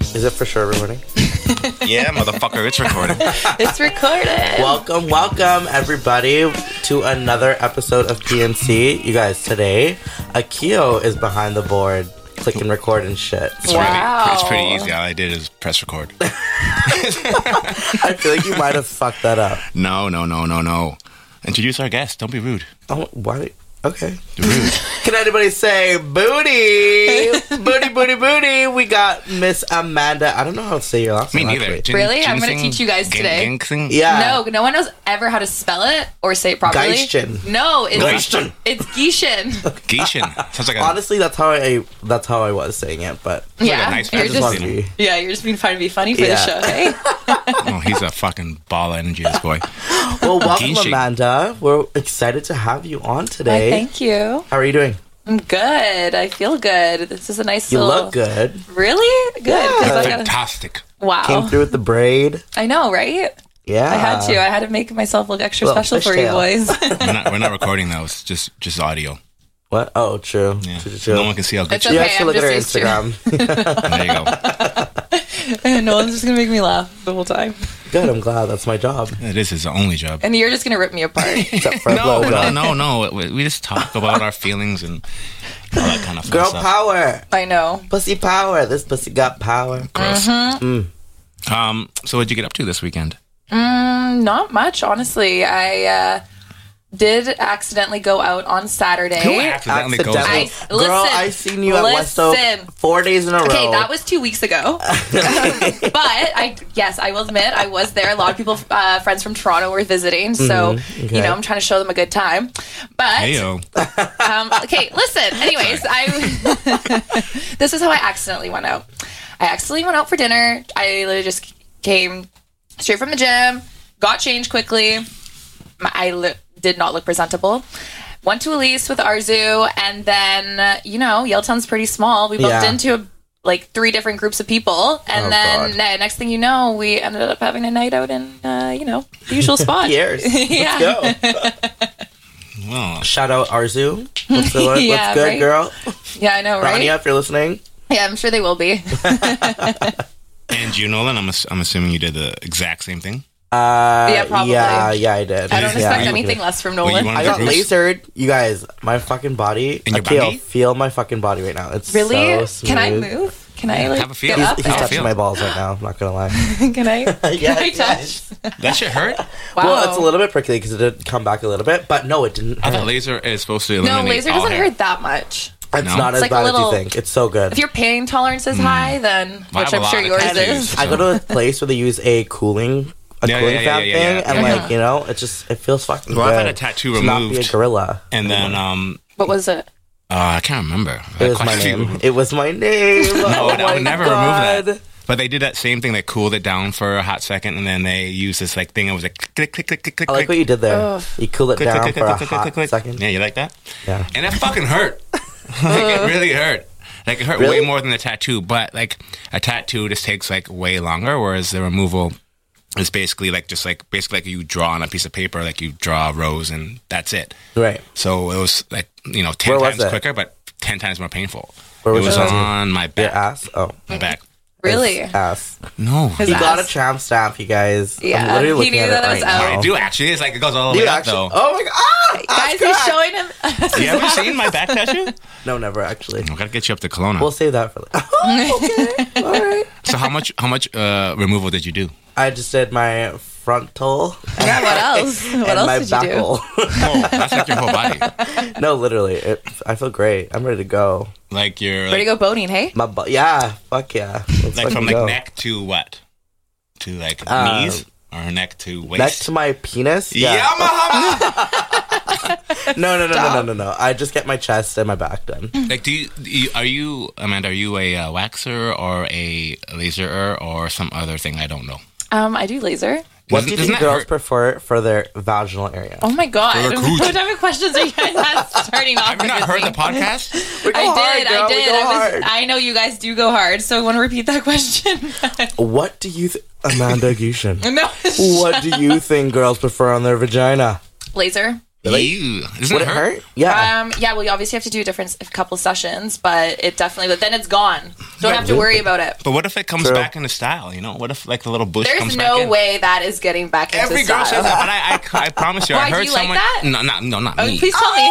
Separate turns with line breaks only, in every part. Is it for sure recording?
Yeah, motherfucker, it's recorded.
It's recorded.
Welcome, welcome everybody to another episode of PNC. You guys, today Akio is behind the board, clicking record and shit.
Wow.
It's pretty easy. All I did is press record.
I feel like you might have fucked that up.
No, no, no, no, no. Introduce our guest. Don't be rude.
Oh, why? Okay.
Rude.
Can anybody say booty? booty, booty, booty. We got Miss Amanda. I don't know how to say your last
Me
name.
neither.
actually.
Gin-
Really? I'm gonna
ginseng?
teach you guys
Gin-
today.
ginseng?
Yeah.
No, no one knows ever how to spell it or say it properly.
Geishin.
No, it's
Geishin.
It's Geishin.
Geishin. Sounds like a,
Honestly, that's how I that's how I was saying it, but I
yeah,
nice
you're
just wanted
just
to be-
yeah, you're just being trying to be funny for
Yeah.
the show. Hey,
oh, he's a fucking ball of energy, this boy.
Well, welcome,
Geisha.
Amanda. We're excited to have you on today.
thank you.
How are you doing?
I'm good. I feel good. This is a nice
You
little.
look good.
Really good. 'cause I gotta-
Fantastic.
Came
wow.
through with the braid.
I know, right?
Yeah.
Oh. I had to. I had to make myself look extra
Little
special for you boys.
fishtail.
We're not, we're not recording though. It's just just audio.
What? Oh, true.
Yeah.
True, true, true.
No one can see how good
It's
you
You
Okay,
have to
I'm
look at her
just used
Instagram.
are. There you go.
no one's just gonna make me laugh the whole time,
good. I'm glad. That's my job.
It is his only job.
and you're just gonna rip me apart.
Except for a
No, no,
blowjob.
no, no. We we just talk about our feelings and all that kind of fun
Girl
stuff.
power.
I know.
Pussy power. This pussy got power.
Gross.
Mm.
Um, so what'd you get up to this weekend?
Not much, honestly. I uh, did accidentally go out on Saturday.
Who accidentally goes
Accidental.
out?
I-
Girl,
listen,
I seen you at West
listen.
Oak four days in a row.
Okay, that was two weeks ago. but I, yes, I will admit, I was there. A lot of people, uh, friends from Toronto, were visiting. So,
okay.
you know, I'm trying to show them a good time. But,
Heyo.
um, okay, listen. Anyways, I this is how I accidentally went out. I accidentally went out for dinner. I literally just came straight from the gym, got changed quickly. My- I li- did not look presentable. Went to Elise with Arzu, and then uh, you know Yaletown's pretty small. We bumped
Yeah.
into like three different groups of people, and
Oh,
then
God.
ne- next thing you know, we ended up having a night out in uh, you know the usual spot.
Years.
yeah.
Let's go.
Well,
Shout out Arzu. What's, the word?
Yeah,
What's good,
right?
girl?
Yeah, I know, right?
Ronnie, if you're listening.
Yeah, I'm sure they will be.
and you, Nolan, I'm, ass- I'm assuming you did the exact same thing.
Uh,
Yeah, probably.
Yeah, yeah, I did.
I don't
yeah.
expect anything less from
Were you
Nolan.
one of
I
the
got
groups?
lasered. You guys, my fucking body.
In your
Akil,
body?
feel my fucking body right now. It's
really?
so
Can I
smooth.
move? Can I like
Have a feel.
get up?
He's
How it
touching
feels?
my balls right now. I'm not gonna lie.
Can I? Can I touch?
That shit hurt.
Wow.
Well, it's a little bit prickly because it did come back a little bit, but no, it didn't.
I thought
hurt.
laser is supposed to
no,
eliminate
laser
all
doesn't
hair.
hurt that much.
It's
No.
not
It's
as
like a
bad
little-
as you think. It's so good.
If your pain tolerance is high, then
I
which
have a
I'm
lot
sure
of
yours
tattoos.
is.
I go to a place where they use a cooling, a
Yeah, yeah,
cooling fan
yeah, yeah, yeah,
thing,
yeah.
and
Yeah.
like you know, it just it feels fucking
Well,
good.
I've had a tattoo
to not be a
removed.
gorilla.
And then, um,
What was it?
uh, I can't remember.
It was my name. It was my name.
No,
oh
I
my
would never
God.
remove that. But they did that same thing. They cooled it down for a hot second, and then they used this like thing. It was like click, click, click, click, click,
I like what
click,
you did there.
Ugh.
You cool it
click,
down
click,
for a
click, click,
hot
click, click,
second.
click. Yeah, you like that?
Yeah.
And that fucking hurt. like it really hurt. Like it hurt
Really?
way more than the tattoo. But like a tattoo just takes like way longer, whereas the removal is basically like just like basically like you draw on a piece of paper, like you draw a rose, and that's it.
Right.
So it was like you know ten
Where was
times
it?
quicker, but ten times more painful.
Where
it
was
was
it?
on my
Your
back.
ass. Oh.
My back.
Really?
His ass.
No,
His
He
ass.
got a tramp stamp, you guys. I'm
Yeah,
literally
he
looking
knew
at it
that it was
right
out.
now.
I do actually. It's like it goes all the
You
way up
actually-
though.
Oh my god! Ah,
Guys, he's
God.
showing him.
You haven't seen my back tattoo?
No, never actually.
I gotta get you up to Kelowna.
We'll save that for later. Oh, okay, all right.
so how much how much uh, removal did you do?
I just did my frontal
yeah, what else? What
and
else
my
did you do?
backle.
Oh, that's like your whole body.
no, literally, it, I feel great. I'm ready to go.
Like your
Ready to
like,
go boating? Hey,
My butt, yeah, fuck yeah. Let's
like
fucking
from like
go.
neck to what? To like
Uh,
knees or neck to waist?
Next to my penis. Yeah.
Yamaha!
No, no, no, no, no, no, no. I just get my chest and my back done.
Mm-hmm.
like, do you, do you- are you Amanda? Are you a uh, waxer or a laserer or some other thing? I don't know.
um, I do laser.
What
Doesn't-
do you
doesn't
think
that
girls
hurt?
prefer for their vaginal area?
Oh my god!
Recruit.
What type of questions are you guys starting off?
Have you
with
not heard
me?
the podcast?
We go
I
hard,
did,
girl,
I
we
did.
go
I
hard.
was. I know you guys do go hard, so I want to repeat that question.
What do you, th- Amanda Gushin?
no,
what do you think girls prefer on their vagina?
laser.
Really?
Ew. Doesn't
Would
it hurt?
Yeah.
Um, yeah, well, you obviously have to do a different a couple sessions, but it definitely. But then it's gone. Don't have to worry about it.
But what if it comes
True.
back into style? You know, what if like the little bush
There's
comes
no
back in?
way that is getting back into
Every girl
style.
says that, but I, I, I promise you, I
Why, do
heard
you like
someone.
that?
No, not, no, not
Oh,
me.
please tell me.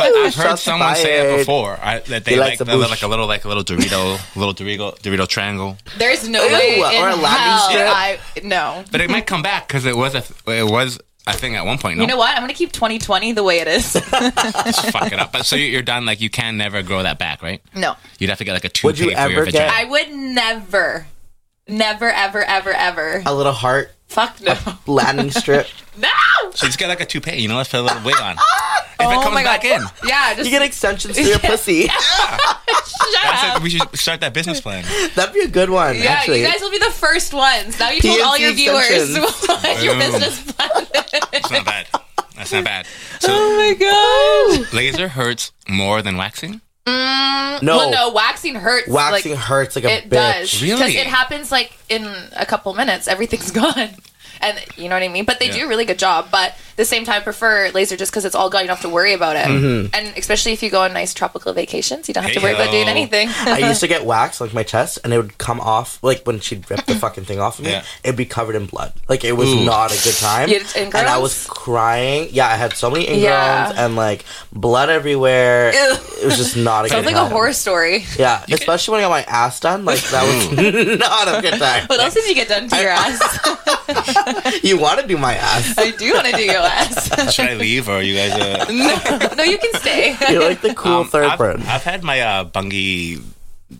But I've heard
Shots
someone say
fired.
it before I, that they
He
like
likes
the,
a bush.
like a little like a little Dorito, little Dorito, Dorito triangle.
There's no
Ew,
way in
or a
hell.
lobby strip.
I no.
But it might come back because it was a it was a thing at one point. No,
You know what? I'm gonna keep 2020 the way it is.
just fuck it up. But so you- you're done. Like you can never grow that back, right?
no,
You'd have to get like a toupee
Would you
for your
ever get-
vagina.
I would never, never, ever, ever, ever.
a little heart
Fuck no,
landing strip.
no.
So just get like a toupee, you know, let's put a little wig on. If
Oh
it comes
my
back
God.
in,
Yeah, just
You get extensions to your pussy.
shut
that's
up.
it. we should start that business plan.
That'd be a good one,
Yeah,
actually.
you guys will be the first ones. Now you told all your
PNC
viewers
extensions.
what your
Boom.
business plan is.
That's not bad. That's not bad. So
my god.
laser hurts more than waxing.
no,
Well, no, waxing hurts.
waxing
like,
hurts like a
It
bitch.
does.
Really?
it happens like in a couple minutes, everything's gone. And you know what I mean? But they
Yeah.
do a really good job. But at the same time, I prefer laser just because it's all gone. You don't have to worry about it.
Mm-hmm.
And especially if you go on nice tropical vacations, you don't have to worry about doing
Heyo.
anything.
I used to get wax like my chest, and it would come off like when she'd rip
Mm-hmm.
the fucking thing off of me.
Yeah.
It'd be covered in blood. Like it was
Ooh.
not a good time.
You had
and I was
ingrowns?
crying. Yeah, I had so many ingrowns
Yeah.
and like blood everywhere.
Ew.
It was just not a
Sounds
good
like
time.
a horror story.
Yeah, especially when I got my ass done. Like that was
Mm.
not a good time.
What else did you get done to your ass?
You want to do my ass?
I do want to do your ass.
Should I leave or are you guys? Uh,
no, no, you can stay.
You're like the cool
um,
third
I've,
person.
I've had my uh, bungie,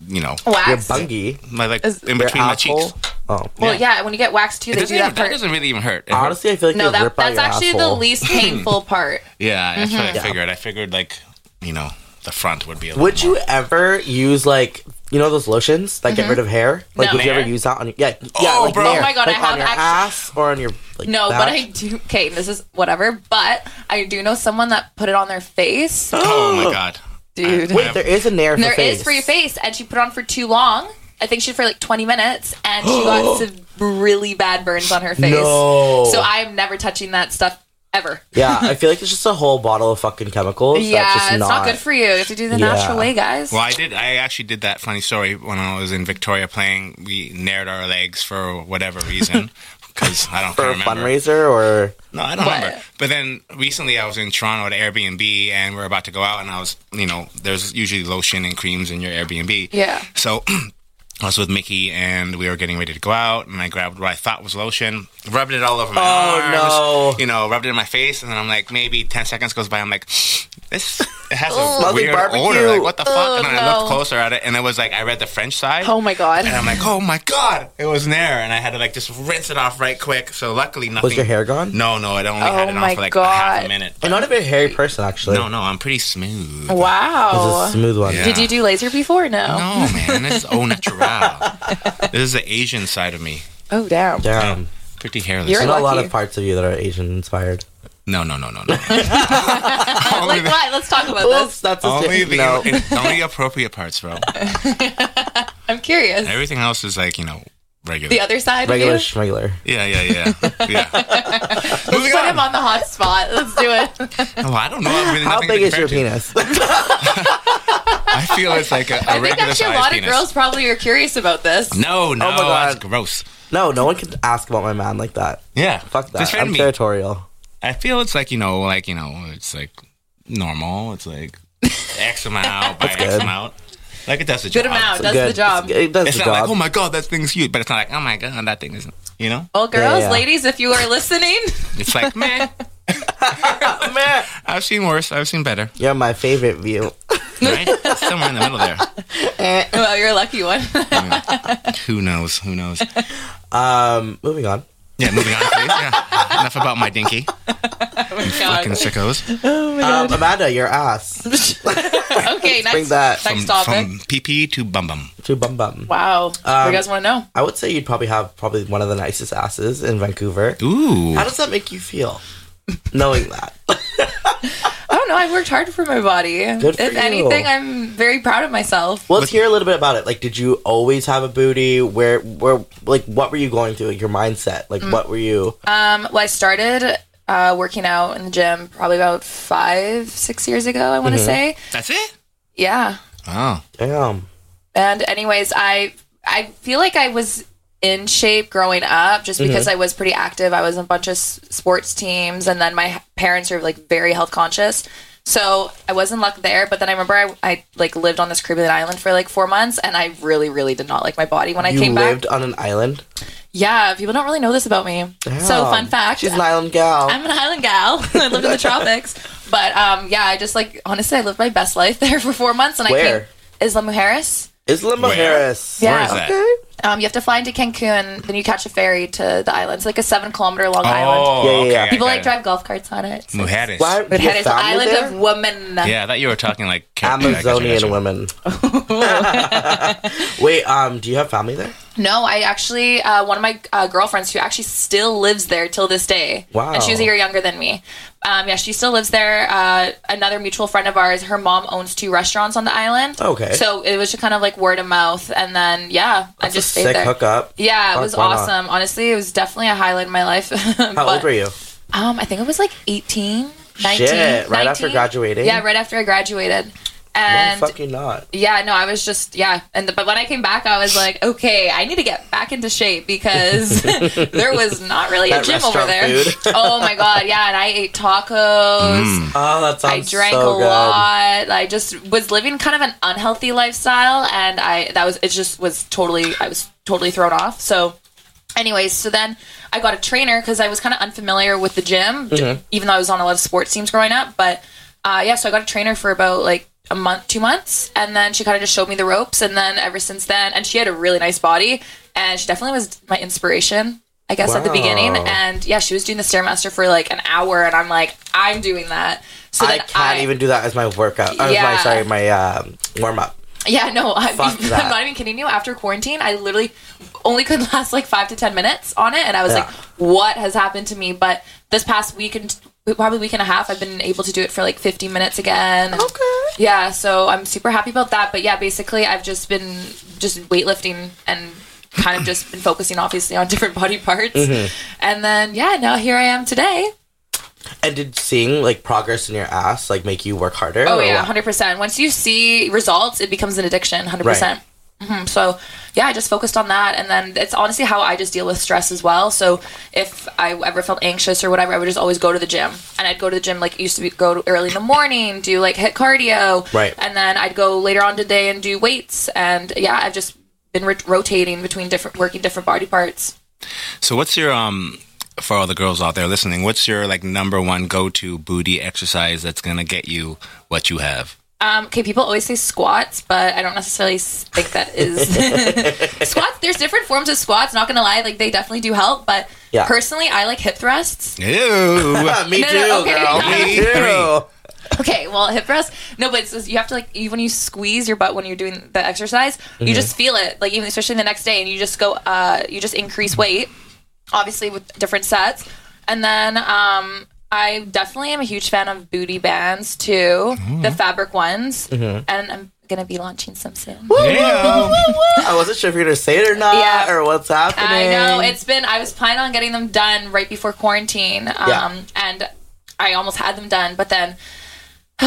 you know,
Your
Wax.
bungie.
my like
Is-
in
Your
between my
asshole.
cheeks.
Oh.
Well, yeah, when you get waxed too,
It
they
doesn't,
do
even,
that
that
part.
doesn't really even hurt. It hurts.
Honestly, I feel like
No,
they
that,
rip out
that's
your
actually
asshole.
the least painful part.
Mm-hmm. yeah, that's what I figured. I figured like, you know, the front would be a little
Would
more-
you ever use like you know those lotions that get rid of hair? Like,
Mm-hmm. No.
would you ever
Hair?
use that on your yeah? yeah
Oh,
like
bro.
hair.
Oh
my God, I
Like,
have
on your
actu-
ass or on your like,
No,
back?
but I do. Okay, this is whatever. But I do know someone that put it on their face,
Oh my god, I-
dude. There is
wait. There is a nair. For face.
for your face, and she put it on for too long. I think she for like 20 minutes, and she got some really bad burns on her face.
No.
So I am never touching that stuff ever.
yeah, I feel like it's just a whole bottle of fucking chemicals.
yeah,
that's just
it's not, good for you. You have to do the
Yeah.
natural way, guys.
Well, I did. I actually did that funny story when I was in Victoria playing. We nared our legs for whatever reason because I don't
for a
remember.
fundraiser or
No, I don't
What?
remember. But then recently, I was in Toronto at Airbnb, and we are about to go out, and I was, you know, there's usually lotion and creams in your Airbnb.
Yeah.
So. I was with Mickey and we were getting ready to go out, and I grabbed what I thought was lotion, rubbed it all over my
Oh,
no.
arms, you know, rubbed it in my face, and then I'm like, maybe ten seconds goes by, I'm like, this it has a
Smells like
weird
barbecue.
odor, like what the fuck?
Ugh,
and then I
no.
looked closer at it, and it was like I read the French side,
oh my god.
and I'm like, oh my god, it was there, and I had to like just rinse it off right quick. So luckily, nothing.
was your hair gone?
No, no, I only
Oh
had it
my
on for like a half
God.
a minute.
I'm not a very hairy person actually.
No, no, I'm pretty smooth.
Oh,
It's
Wow.
a smooth one.
Yeah.
Did you do laser before? No.
No, man, this is au natural. this is the Asian side of me.
Oh damn.
Damn.
Pretty hairless.
I
You're-
know a lot
Lucky.
of parts of you that are Asian inspired.
no, no, no, no, no. only
Like
the,
what? Let's talk about
Oops,
this.
that's a
only, the
no.
only appropriate parts, bro.
I'm curious.
Everything else is like you know regular.
The other side
regular
of you.
schmegler.
Yeah, yeah, yeah, yeah. Moving
Put him
on.
on the hot spot. Let's do it.
Oh, I don't know. I have really
How
nothing to
big is your
compare to.
penis?
I feel it's like a, a
I think
regular
actually a
sized
lot
penis.
of girls probably are curious about this.
No, no,
Oh God.
that's gross.
no, no one can ask about my man like that.
Yeah,
Fuck that.
Defend
I'm
me.
territorial.
I feel it's like you know, like you know, it's like normal. It's like X amount out by X
good.
amount. Like it does the
Good
job.
amount.
It's,
Does
Good.
the job.
It's- It does the
not
job.
like oh my god, that thing's huge, but it's not like oh my god, that thing isn't. You know,
Well, girls,
yeah.
ladies, if you are listening,
it's like man, oh
Man.
I've seen worse. I've seen better.
You're my favorite view.
Right? Somewhere in the middle there.
well, you're a lucky one. Oh
Who knows? Who knows?
Um, moving on.
Yeah, moving on. Please. Yeah. Enough about my dinky. Fucking sickos.
Um, Amanda, your ass.
okay, next,
bring that
next
From,
topic.
from PP to bum bum.
To bum bum.
wow. you
Um,
guys want to know?
I would say you'd probably have probably one of the nicest asses in Vancouver.
Ooh.
How does that make you feel? Knowing that.
I don't know. Oh, I worked hard for my body.
Good for
if
you.
anything, I'm very proud of myself.
Well, let's hear a little bit about it. Like, did you always have a booty? Where,
Mm.
where, like, what were you going through? Like, your mindset. Like, what were you?
Um, well, I started. Um, uh, working out in the gym probably about five, six years ago, I
Mm-hmm.
want to say.
That's it?
Yeah.
Oh.
Damn.
And anyways, I I feel like I was in shape growing up
Mm-hmm.
just because I was pretty active. I was in a bunch of s- sports teams, and then my h- parents are like very health conscious. So I was in luck there, but then I remember I, I like lived on this Caribbean island for like four months, and I really, really did not like my body when I
you
came
lived
back.
on an island?
Yeah, people don't really know this about me. So
Damn.
fun fact,
She's an island gal.
I'm an island gal. I lived in the tropics, but um, yeah, I just like honestly, I lived my best life there for four months, and I
Where?
came. Isla Mujeres.
Isla
Where?
Mujeres.
Yeah.
Where is that?
Okay.
Um, you have to fly into Cancun, then you catch a ferry to the island. It's like a seven kilometer long island.
Oh,
Yeah, yeah,
okay.
yeah.
I
People
got
like
it.
drive golf carts on it. So
Mujeres.
Why?
But
your
it's the
family
island
there?
of women.
Yeah, I thought you were talking like ca- I guess
Amazonian
you-
women. Wait, um, do you have family there?
No, I actually uh, one of my uh, girlfriends who actually still lives there till this day.
Wow.
And she was a year younger than me. Um, yeah, she still lives there. Uh, another mutual friend of ours, her mom owns two restaurants on the island.
Okay.
So it was just kind of like word of mouth, and then yeah, I
That's
just
a
stayed
sick
there.
hookup.
Yeah, it
Fuck,
was
why not?
awesome. Honestly, it was definitely a highlight in my life.
How old were you?
Um, I think it was like 18, 19.
Shit, right after
19.
graduating?
Yeah, right after I graduated.
Why
And
fucking not?
yeah, no, I was just yeah, and the, but when I came back, I was like, okay, I need to get back into shape because there was not really a
That
gym over
restaurant
there.
food.
oh my god, yeah, and I ate tacos.
Oh, that sounds
I drank
so
a
good.
lot. I just was living kind of an unhealthy lifestyle, and I that was it. Just was totally I was totally thrown off. So, anyways, so then I got a trainer because I was kind of unfamiliar with the gym, d-
Mm-hmm.
even though I was on a lot of sports teams growing up. But uh, yeah, so I got a trainer for about like a month, two months, and then she kind of just showed me the ropes, and then ever since then, and she had a really nice body, and she definitely was my inspiration. I guess at the
Wow.
beginning, and yeah, she was doing the stairmaster for like an hour, and I'm like, I'm doing that. So
I
then
can't even do that as my workout. Or as my,
Yeah.
sorry, my um, warm up.
Yeah, no, I'm,
Fuck that.
I'm not even kidding you. After quarantine, I literally only could last like five to ten minutes on it, and I was
Yeah.
like, "What has happened to me?" But this past week and probably week and a half, I've been able to do it for like 15 minutes again.
Okay.
Yeah, so I'm super happy about that. But yeah, basically, I've just been just weightlifting and kind of just been focusing obviously on different body parts,
Mm-hmm.
and then yeah, now here I am today.
And did seeing like progress in your ass like make you work harder?
Oh
or
yeah,
what?
hundred percent. Once you see results, it becomes an addiction, hundred percent. Mhm. So yeah, I just focused on that, and then it's honestly how I just deal with stress as well. So if I ever felt anxious or whatever, I would just always go to the gym, and I'd go to the gym like it used to be go to early in the morning, do like hit cardio,
Right.
and then I'd go later on today and do weights, and yeah, I've just been rot- rotating between different working different body parts.
So what's your um for all the girls out there listening, what's your like number one go to booty exercise that's gonna get you what you have?
Um, okay, people always say squats, but I don't necessarily s- think that is squats. There's different forms of squats. Not gonna lie, like they definitely do help, but
Yeah.
personally, I like hip thrusts.
Ew.
Ah, me
No,
too,
no, okay.
girl. Me
Me
too.
Okay, well, hip thrusts. No, but it's just, you have to like you, when you squeeze your butt when you're doing the exercise, you just feel it. Like even especially the next day, and you just go, uh, you just increase weight, obviously with different sets, and then um. I definitely am a huge fan of booty bands too, the fabric ones, and I'm gonna be launching some soon.
Ew.
I wasn't sure if you're gonna say it or not,
Yeah.
or what's happening.
I know it's been. I was planning on getting them done right before quarantine, um,
Yeah.
and I almost had them done, but then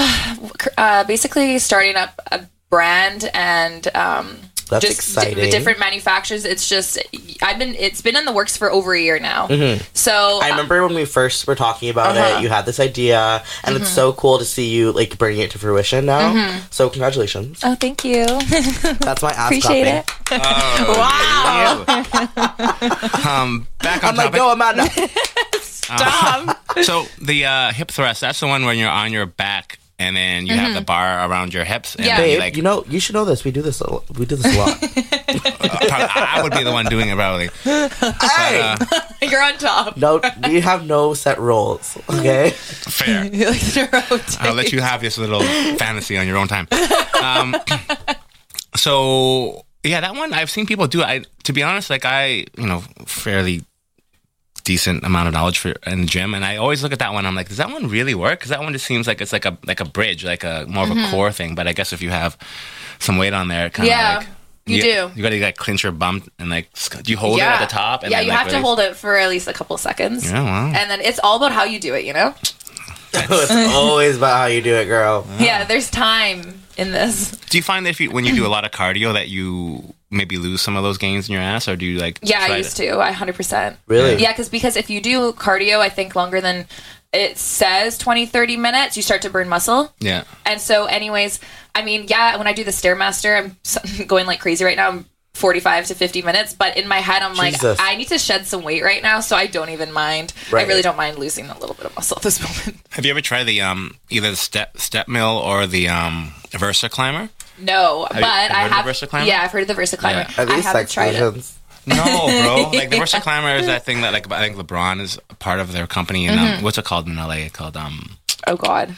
uh, basically starting up a brand and um,
That's
just di-
exciting.
different manufacturers. It's just I've been. It's been in the works for over a year now. So
Mm-hmm.
uh,
I remember when we first were talking about
Uh-huh. Mm-hmm.
it, you had this idea, and it's so cool to see you like bringing it to fruition now. So congratulations.
oh, thank you.
That's my ass
Appreciate
clapping.
it. wow.
Oh, um back on
I'm like,
topic.
go, Amanda.
Stop.
So the uh, hip thrust, that's the one when you're on your back and then you have the bar around your hips and
Yeah.
then you
Babe,
like
you know, you should know this. We do this. A lo- we do this a lot.
uh, probably- I would be the one doing it probably. uh,
hey,
You're on top.
uh, no, we have no set rules. Okay,
Fair.
You're like the rotate.
I'll let you have this little fantasy on your own time. Um, so yeah, that one I've seen people do. I to be honest, like I you know fairly decent amount of knowledge for in the gym, and I always look at that one. I'm like, does that one really work? Because that one just seems like it's
Mm-hmm.
like a like a bridge, like a more of a core thing. But I guess if you have some weight on there, it kind of
Yeah.
like
You do.
You gotta like clinch your bum and like sc- do you hold it at the top? And
yeah,
then,
you
like,
have to
really-
hold it for at least a couple seconds.
Yeah, wow.
And then it's all about how you do it, you know?
it's always about how you do it, girl.
Yeah, there's time in this.
Do you find that if you, when you do a lot of cardio that you maybe lose some of those gains in your ass, or do you like?
Yeah,
try
I used to. I 100%.
Really?
Yeah, cause, because if you do cardio, I think longer than it says 20, 30 minutes, you start to burn muscle.
Yeah.
And so, anyways, I mean, yeah, when I do the Stairmaster, I'm s- going like crazy right now. I'm 45 to 50 minutes, but in my head, I'm
Jesus.
like, I need to shed some weight right now, so I don't even mind.
Right.
I really don't mind losing a little bit of muscle at this moment.
Have you ever tried the um either the step step mill or the um Versa climber?
No, but
you
I
heard of
have.
Versa Climber?
Yeah, I've heard of the Versa Climber.
Yeah.
At
I
least
haven't
sex
tried it.
visions.
No, bro. Like the Versa climber is that thing that like I think LeBron is a part of their company and
Mm-hmm.
um, what's it called in LA? It's called um
Oh God.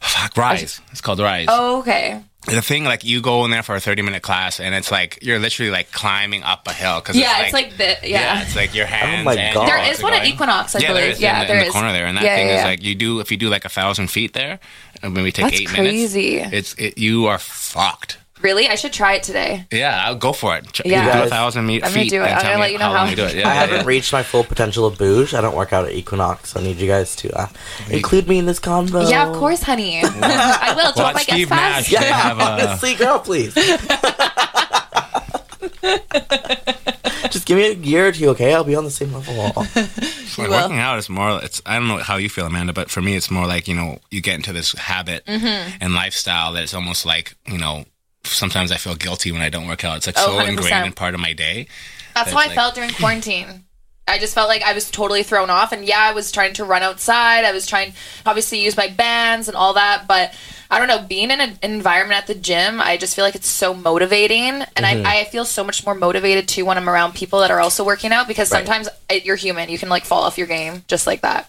fuck Rise. It's called Rise.
Oh, okay.
the thing like you go in there for a 30 minute class and it's like you're literally like climbing up a hill because
Yeah, it's like, the
yeah.
yeah.
it's like your hands
Oh my
and
God.
your
There
there
legs
is
are
one at
going.
Equinox, I
yeah
believe.
there is
yeah,
in, the,
there
in the
is.
corner there and that
Yeah,
thing
yeah,
is
yeah.
like you do if you do like a thousand feet there and maybe take
That's
eight
crazy.
minutes it's it, you are fucked
Really, I should try it today.
yeah I'll go for it Ch-
Yeah.
do
Guys,
a thousand me-
I'm gonna
feet
do it.
and
I'm
tell
gonna
me
let you know
long
how.
you do it yeah,
I
yeah,
haven't
yeah.
reached my full potential of bouge. I don't work out at Equinox, so I need you guys to uh, include me in this combo.
Yeah, of course, honey. I will. Don't
Oh. Watch
like
Steve
us
Nash.
fast.
Yeah,
They have, uh,
honestly, girl, please. Just give me a year or two, okay? I'll be on the same level.
Like,
will.
working out is more. It's I don't know how you feel, Amanda, but for me, it's more like you know you get into this habit
Mm-hmm.
and lifestyle that it's almost like you know. Sometimes I feel guilty when I don't work out. It's like
Oh,
so
100%.
ingrained in part of my day.
That's how I
That's like-
felt during quarantine. I just felt like I was totally thrown off. And yeah, I was trying to run outside. I was trying, obviously, use my bands and all that. But I don't know, being in an environment at the gym, I just feel like it's so motivating. And
Mm-hmm.
I, I feel so much more motivated too when I'm around people that are also working out because
Right.
sometimes uh, you're human. You can like fall off your game just like that.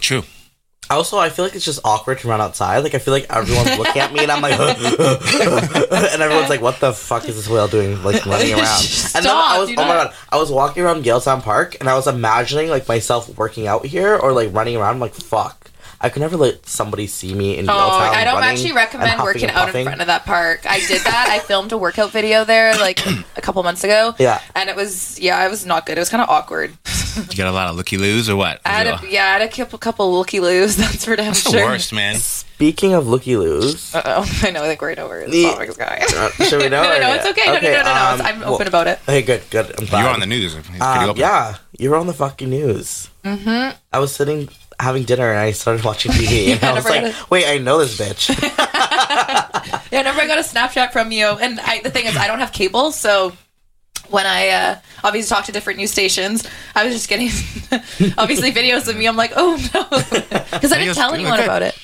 True.
also, I feel like it's just awkward to run outside. Like, I feel like everyone's looking at me, and I'm like, and everyone's like, "What the fuck is this whale doing? Like running around?" and then I
Stop,
was,
do
oh my
not-
god, I was walking around Galestown Park, and I was imagining like myself working out here or like running around. I'm like, fuck. I could never let somebody see me in Galetown.
Oh, I don't
running
actually
and
recommend
huffing
working
and
out in
puffing.
front of that park. I did that. I filmed a workout video there like a couple months ago.
Yeah.
And it was, yeah, I was not good. It was kind of awkward.
You got a lot of looky loos or what?
I had a, yeah, I had a couple, couple looky loos. That's for damn
That's the
sure.
worst, man.
Speaking of looky loos,
Uh oh, I know. I think we're over it.
The-
The topics, guys.
uh, should we know?
No, no,
or-
no, it's okay. No, no, no, no, no.
um,
it's- I'm
well-
open about it.
Hey, good, good. I'm glad.
You're on the news. It's pretty
Um,
open.
yeah, you were on the fucking news. Mm-hmm. I was sitting having dinner and I started watching TV and I was
never
like, wait, I know this bitch.
Yeah, remember I got a Snapchat from you, and I, the thing is, I don't have cable, so when I uh, obviously talk to different news stations, I was just getting obviously videos of me. I'm like, oh no, because I didn't
Videos
tell
do look
anyone
good.
about it.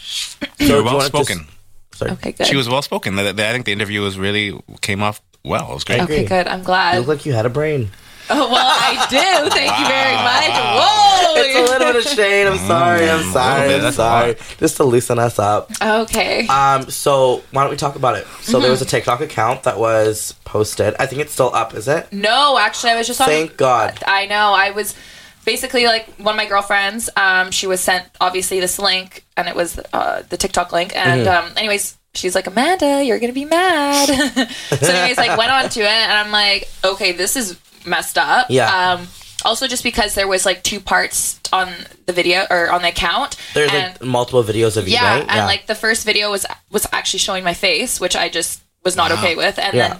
You
do
were
you
well
want to
spoken.
Sorry.
Okay, good.
She was well spoken. The- the- I think the interview was really came off well. It was great.
Okay.
okay, good. I'm
You
glad.
look like you had a brain.
Oh well, I do. Thank you very much.
It's a
Whoa.
little bit of shade. I'm sorry. I'm sorry.
Mm, bit,
I'm
that's a
sorry.
lot.
Just to loosen us up.
okay.
Um, so why don't we talk about it? So
Mm-hmm.
there was a TikTok account that was posted. I think it's still up, is it?
No, actually, I was just on.
Thank God.
I know. I was basically like one of my girlfriends. Um, she was sent obviously this link, and it was uh, the TikTok link. And
Mm-hmm.
um, anyways, she's like, Amanda, you're gonna be mad. so anyways, like went on to it, and I'm like, okay, this is messed up.
Yeah.
Um, also, just because there was like two parts on the video or on the account,
There's
and-
like multiple videos of you,
yeah,
right?
and like the first video was was actually showing my face, which I just was not okay with, and
Yeah.
then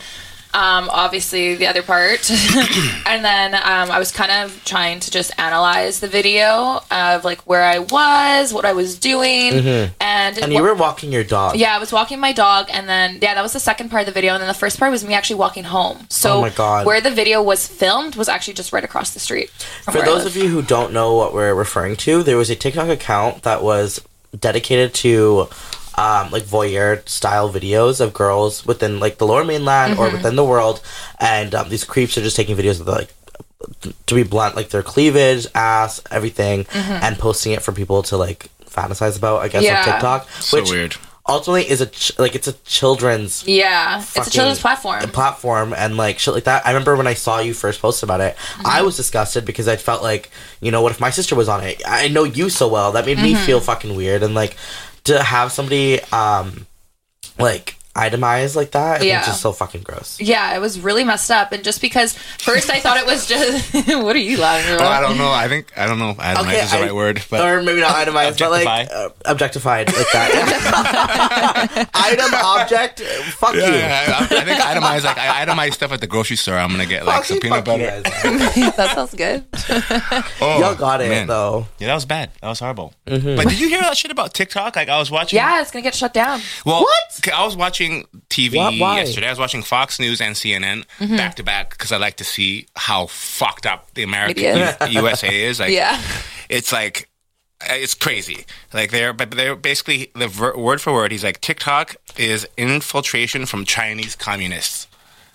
um, obviously the other part, and then um, I was kind of trying to just analyze the video of like where I was, what I was doing, and,
Mm-hmm. and you were walking your dog.
yeah, I was walking my dog, and then yeah, that was the second part of the video, and then the first part was me actually walking home. So
Oh my God.
where the video was filmed was actually just right across the street. from
For
where I
those
live.
of you who don't know what we're referring to, there was a TikTok account that was dedicated to um, like voyeur style videos of girls within like the Lower Mainland or within the world, and um, these creeps are just taking videos of like to be blunt, like their cleavage, ass, everything, and posting it for people to like fantasize about. I guess
Yeah.
on TikTok,
So weird.
ultimately is a ch- like it's a children's
yeah, it's a
fucking
children's platform.
platform and like shit like that. I remember when I saw you first post about it,
Mm-hmm.
I was disgusted because I felt like, you know, what if my sister was on it? I know you so
Mm-hmm.
well. That made me feel fucking weird and like to have somebody um like itemized like that.
Yeah.
It's just so fucking gross.
Yeah, it was really messed up. And just because first I thought it was just what are you laughing
Oh, I
about?
don't know. I think I don't know if itemized
Uh, Okay,
is the
I-
right word, but
or maybe not itemized, but like
Objectify.
uh, objectified like that. Item, object, uh, fuck
yeah,
you.
yeah, I, I think itemized like I itemize stuff at the grocery store. I'm gonna get like some
Fucking
peanut
fuck you
butter.
guys.
that sounds good.
Oh,
Y'all got it
man.
though. Mm-hmm.
Yeah, that was bad. That was horrible. But did you hear that shit about TikTok? Like I was watching.
Yeah, it's gonna get shut down.
Well, what? I was watching TV
Why- why?
yesterday. I was watching Fox News and CNN back to back because I like to see how fucked up the American
It
USA is. Like,
Yeah.
it's like it's crazy. Like they're but they're basically the ver- word for word. He's like TikTok is infiltration from Chinese communists.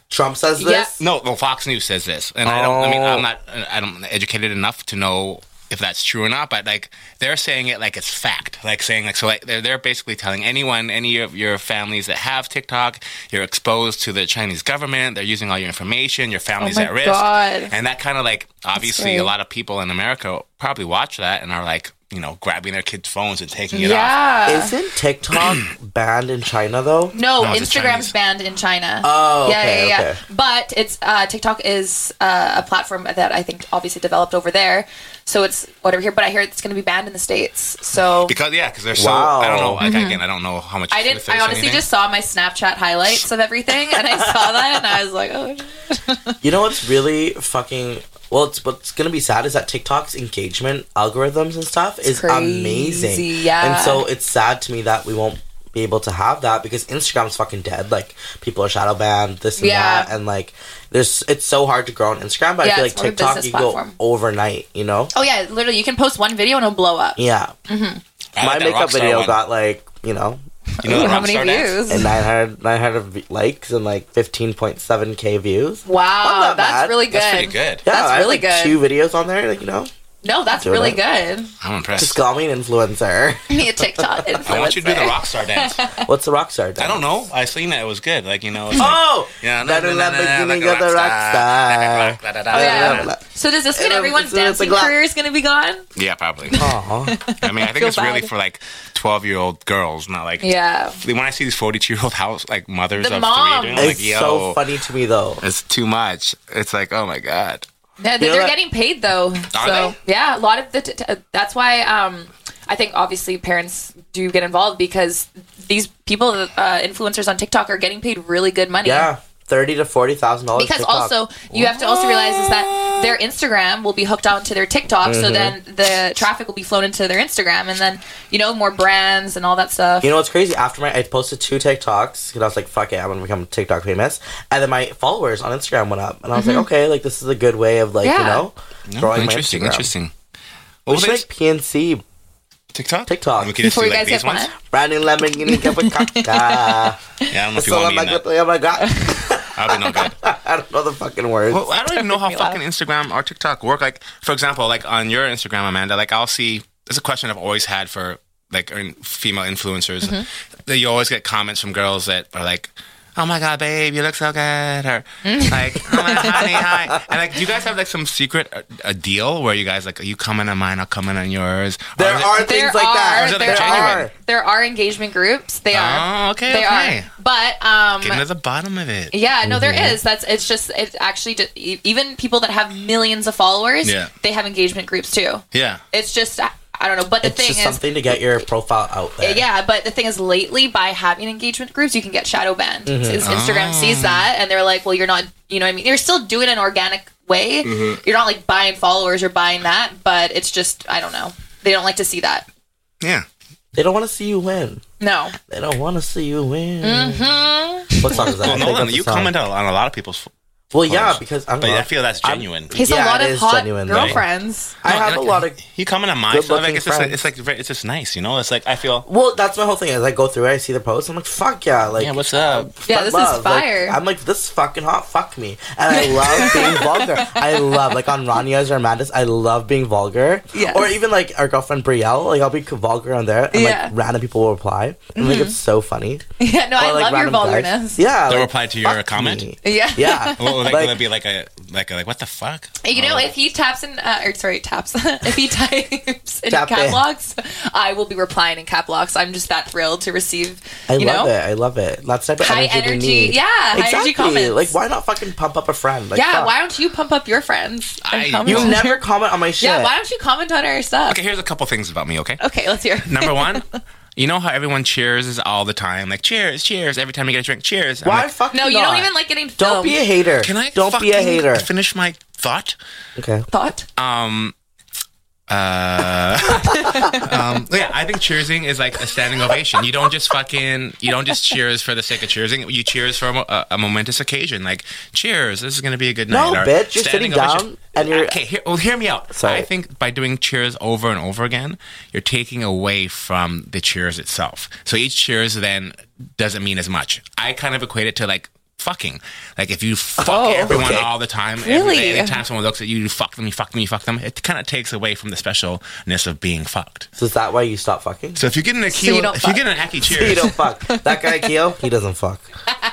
Trump says
Yeah.
this.
No, well, Fox News says this, and I don't. I mean,
Oh.
I'm not. I don't educated enough to know if that's true or not. But like, they're saying it like it's fact. Like saying like so. Like they're they're basically telling anyone, any of your families that have TikTok, you're exposed to the Chinese government. They're using all your information. Your family's
Oh my
at risk.
God.
And that kind of like obviously a
great.
lot of people in America probably watch that and are like you know grabbing their kids' phones and taking it off.
Yeah.
Isn't TikTok banned in China though?
no,
No, it's Chinese.
Instagram's banned in China.
Oh,
yeah,
okay,
yeah, yeah.
okay.
But it's uh, TikTok is uh, a platform that I think obviously developed over there, so it's whatever here. But I hear it's going to be banned in the states. So
Because yeah, because they're so I don't know. Like again, I don't know how much.
Mm-hmm. I
truth
didn't.
there
I
is
honestly
anything.
just saw my Snapchat highlights of everything, and I saw that, and I was like, oh.
You know what's really fucking well, it's what's gonna be sad is that TikTok's engagement algorithms and stuff is
crazy,
amazing.
yeah.
And so it's sad to me that we won't be able to have that because Instagram's fucking dead. Like people are shadow banned, this and
Yeah.
that, and like there's it's so hard to grow on Instagram, but I
Yeah,
feel like
it's more of a
TikTok
business
you can go
platform.
overnight, you know?
Oh yeah, literally, you can post one video and it'll blow up.
Yeah.
I
My
like that
makeup
Rockstar
video
one.
got like, you know,
You know
Ooh,
the
how many
Rockstar dance?
views?
and 900, 900 v- likes and like 15.7k views. Not
Wow,
that
that's
bad.
really good.
That's pretty good.
Yeah,
That's
I have,
really
like,
good.
Two videos on there, like you know,
No, that's
Doing
really
it.
good.
I'm impressed.
just call me an influencer.
Me a TikTok influencer.
I want you to do the Rockstar dance. I
What's the rock star? Dance?
don't know. I seen that. It was good. Like you know. It's like,
Oh,
yeah,
That is
na- na- na- na-
the beginning
like
of
a
the rock
rockstar,
star.
like a rock- da- da- da-
Oh,
da-
yeah.
da- da.
So does this mean
It'll-
everyone's
it's a- it's a
dancing
gla-
career is going to be gone?
Yeah, probably.
Aw.
I mean, I think
Feel
it's really
bad.
for like twelve-year-old girls, not like.
Yeah.
When I see these forty-two-year-old house like mothers
The
of three,
moms.
doing, it, I'm
it's
like yo,
so funny to me though.
it's too much. It's like oh my god.
Yeah, they-
You know
they're
what?
getting paid though. so yeah, a lot of the t- t- that's why um, I think obviously parents do get involved because these people uh, influencers on TikTok are getting paid really good money.
Yeah, thirty to forty thousand dollars.
Because also you have to also realize is that their Instagram will be hooked onto their TikTok, so
Mm-hmm.
then the traffic will be flown into their Instagram, and then you know more brands and all that stuff.
You know what's crazy? After my, I posted two TikToks because I was like, "Fuck it, I'm gonna become TikTok famous." And then my followers on Instagram went up, and I was like, "Okay, like this is a good way of like you
Mm-hmm. Yeah.
know
No,
growing
interesting.
my Instagram."
Interesting.
We
What was
should
this?
make PNC
TikTok.
TikTok.
We could just
Before
do
you
like
guys
these
get one,
ones.
brand new Lamborghini Capricorn.
Yeah, I don't know if you
So
want
I'm
me in
like, Ah,
that.
oh my god,
I'll be no good.
I don't know the fucking words.
Well, I don't even know how
me laugh.
fucking Instagram or TikTok work. Like, for example, like on your Instagram, Amanda, like I'll see. It's a question I've always had for like in- female influencers.
Mm-hmm.
That you always get comments from girls that are like, "Oh my god, babe, you look so good," or
Mm.
like, "Oh my god, honey, hi." And like, do you guys have like some secret uh a deal where you guys like, "You comment on mine, I'll comment on yours." Or
There
is it-
are
There
things like
are-
that.
Those are the
there
genuine.
are there are engagement groups. They are.
Oh, okay,
they
okay.
are. But um,
Getting to the bottom of it.
Yeah, no, there is. That's it's just it actually d- e- even people that have millions of followers,
Yeah.
they have engagement groups too.
Yeah.
It's just I, I don't know, but the
It's
thing
just
is, eh,
something to get your profile out there.
yeah, but the thing is, lately by having engagement groups, you can get shadow banned.
Mm-hmm.
Since Instagram
Oh.
sees that, and they're like, well, you're not, you know, what I mean, you're still doing an organic way.
Mm-hmm.
You're not like buying followers or buying that, but it's just I don't know. They don't like to see that.
Yeah.
They don't want to see you win.
No,
They don't want to see you win.
Mm-hmm.
What song is that? I
Well,
think
Oh, Nolan,
that's the
you
song.
comment on on a lot of people's, f-
Well, yeah,
Close.
because I'm.
but I
not-
feel that's
I'm-
genuine.
he's
Yeah,
a lot
it
of
is
hot
genuine, though.
girlfriends.
I have a lot of.
You comment on my
good
stuff. Like
looking
it's just,
friends.
it's like very- it's just nice, you know. It's like I feel.
Well, that's my whole thing. As I go through, it, I see the posts. I'm like, fuck yeah, like.
Yeah, what's up?
Yeah,
but
this is
Like,
fire.
I'm like this is fucking hot. Fuck me, and I love being vulgar. I love like on Rania's or Amanda's. I love being vulgar.
Yes.
Or even like our girlfriend Brielle. Like I'll be vulgar on there, and
Yeah.
like random people will reply. I think it's so funny.
Yeah, no, I
Or, like,
love your
random guys.
vulgarness.
Yeah.
They'll
like,
reply to your
fuck
comment?
me.
Yeah.
Yeah.
What like,
Like-
will it be like a like a, like what the fuck?
You know,
Uh-huh.
if he taps in, uh, or sorry, taps. if he types in
Tap
cap
in.
locks, I will be replying in cap locks. I'm just that thrilled to receive.
I
you
love
know,
it. I love it. That's the type of
High
energy, we
energy-
need.
yeah, high energy comments.
Like, why not fucking pump up a friend? Like,
yeah.
fuck.
Why don't you pump up your friends? and
I-
comment
You
you
on their-
never comment on my shit?
Yeah. Why don't you comment on our stuff?
Okay,
Okay,
here's a couple things about me. Okay,
let's hear. it.
number one, you know how everyone cheers all the time, like cheers, cheers every time you get a drink, cheers. I'm
Why
like,
fucking
no, you
not?
don't even like getting
Don't
filmed.
be a hater.
Can I?
Don't be a
fucking
hater.
Finish my thought.
Okay.
thought.
Um. Uh, um, yeah, I think cheersing is like a standing ovation. You don't just fucking, you don't just cheers for the sake of cheersing. You cheers for a, mo- a, a momentous occasion, like cheers. This is gonna be a good
No,
night. or
bitch, you're sitting
standing
down and you're-
okay. Hear, well, hear me out.
Sorry.
I think by doing cheers over and over again, you're taking away from the cheers itself. So each cheers then doesn't mean as much. I kind of equate it to like fucking. Like if you fuck
Oh,
everyone
okay.
all the time,
Really?
every, anytime someone looks at you, you fuck them, you fuck them, you fuck them. It kind of takes away from the specialness of being fucked.
So is that why you stop fucking?
So if you get an
you
Akil,
don't
if you
fuck.
get an Aki cheers,
you don't fuck. That guy Keo, he doesn't fuck.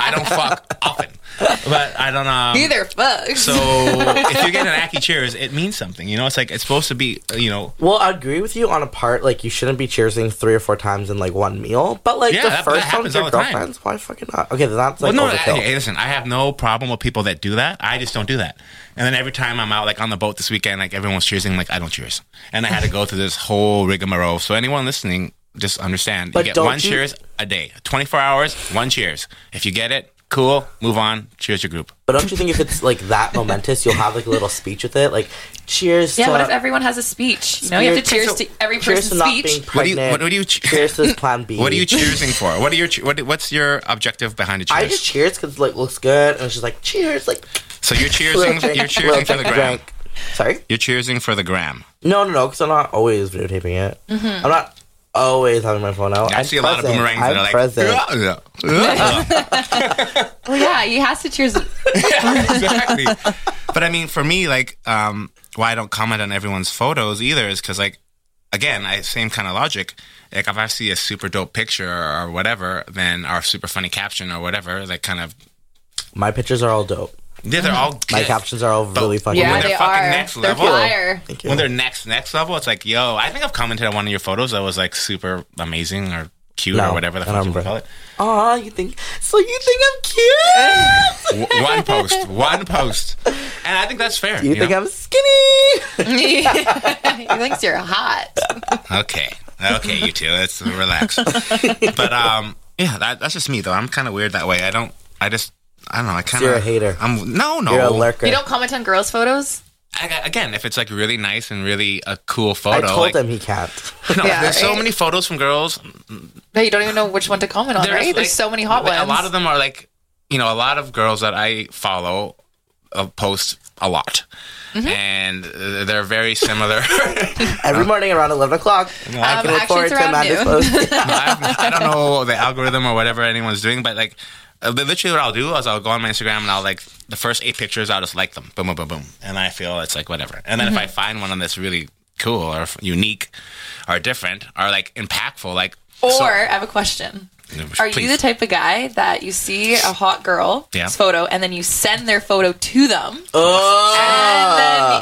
I don't fuck often, but I don't know.
Either fuck.
So if you get an Aki cheers, it means something. You know, it's like it's supposed to be. uh, You know,
Well, I agree with you on a part like you shouldn't be cheersing three or four times in like one meal, but like
Yeah,
the
that- that
first time
happens
with your
all the time.
girlfriends, why fucking not? Okay, then that's like
well, no.
overkill.
Hey, listen, I have no problem with people that do that. I just don't do that. And then every time I'm out, like on the boat this weekend, like everyone's cheersing, like I don't cheers, and I had to go through this whole rigmarole. So anyone listening, just understand.
But
you get
don't
one
you-
cheers a day, 24 hours, one cheers. If you get it, cool. Move on. Cheers your group.
But don't you think if it's like that momentous, you'll have like a little speech with it, like cheers.
yeah.
to,
What if everyone has a speech? You know, you have to
Cheers-
cheers to every
cheers to
person's
not
speech.
being
What do you-
pregnant?
what- what do you che-
cheers to this plan B?
What are you cheersing for? What are your che- what, what's your objective behind a cheers?
I just cheers because like looks good, and it's just like cheers, like
so you're
little
cheersing.
drink,
you're
little
cheersing for the
drink,
gram.
drink. Sorry.
You're cheersing for the gram.
No, no, no, because I'm not always videotaping it.
Mm-hmm.
I'm not always having my phone out.
I
I'm
see a lot of
present.
boomerangs
I'm
that are like.
present.
"Yeah, yeah, yeah."
well, yeah, he has to cheers.
exactly. But I mean, for me, like, um, why I don't comment on everyone's photos either is because, like, again, I same kind of logic. Like, if I see a super dope picture or whatever, then our super funny caption or whatever, like, kind of,
My pictures are all dope.
yeah, they're all
Mm-hmm. My
good.
captions are all really fucking.
yeah,
dope.
when they're
they
fucking
are.
next
They're
level.
fire.
Thank you.
When they're next next level, it's like, yo, I think I've commented on one of your photos that was like super amazing or cute
No,
or whatever the
I don't
fuck you wanna
remember.
call it.
Aw, you think so? You think I'm cute?
W- one post, one post, and I think that's fair.
You,
you
think
know?
I'm skinny?
he thinks you're hot.
Okay. Okay, you two. Let's relax. but um, yeah, that, that's just me though. I'm kind of weird that way. I don't. I just. I don't know. I kind of.
you're a hater.
I'm no, no.
You're a lurker.
You don't comment on girls' photos.
I- again, if it's like really nice and really a cool
I
photo,
told
like,
him he can't.
no,
Yeah,
there's so
right.
many photos from girls.
No, you don't even know which one to comment on, right?
like-
There's so many hot ones.
A lot of them are like, you know, a lot of girls that I follow uh, post a lot,
Mm-hmm.
and uh, they're very similar.
Every morning around 11 o'clock, I
Um,
can look
actually,
forward
it's
to
around
Amanda's
noon.
post.
No, I've, I don't know the algorithm or whatever anyone's doing, but like, uh, li- literally, what I'll do is I'll go on my Instagram and I'll like the first eight pictures, I'll just like them, boom, boom, boom, boom, and I feel it's like whatever. And then
Mm-hmm.
if I find one on that's really cool or f- unique or different or like impactful, like
Or
so-
I have a question. Are you
Please.
the type of guy that you see a hot girl's
Yeah.
photo and then you send their photo to them? Oh. And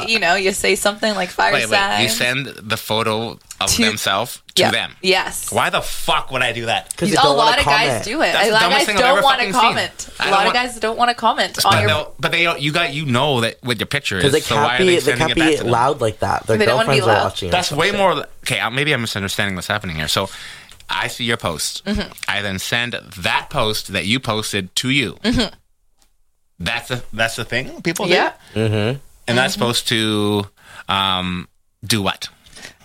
then, you know, you say something like fire
wait, wait,
sign.
you send the photo of
To-
themselves to
Yeah.
them.
Yes.
Why the fuck would I do that?
Because you
a
don't want
lot
to
of
comment.
guys do it.
That's
a
the
lot of
dumbest
guys
thing I've ever
don't want to
fucking seen. I
comment. A
don't
lot of
want-
guys don't want to comment on
But,
your.
they'll- but they, don't- you got, you know that with your picture is.
Because they
so why
can't
are
be,
they
they
sending
can't
it back
be
to them?
loud like that. Their
They don't wanna be
girlfriends are
loud.
watching.
That's way more. Okay, uh, maybe I'm misunderstanding what's happening here. So, I see your post.
Mm-hmm.
I then send that post that you posted to you.
Mm-hmm.
That's a that's the thing people do, Mm-hmm.
yeah.
and that's
Mm-hmm.
supposed to um, do what?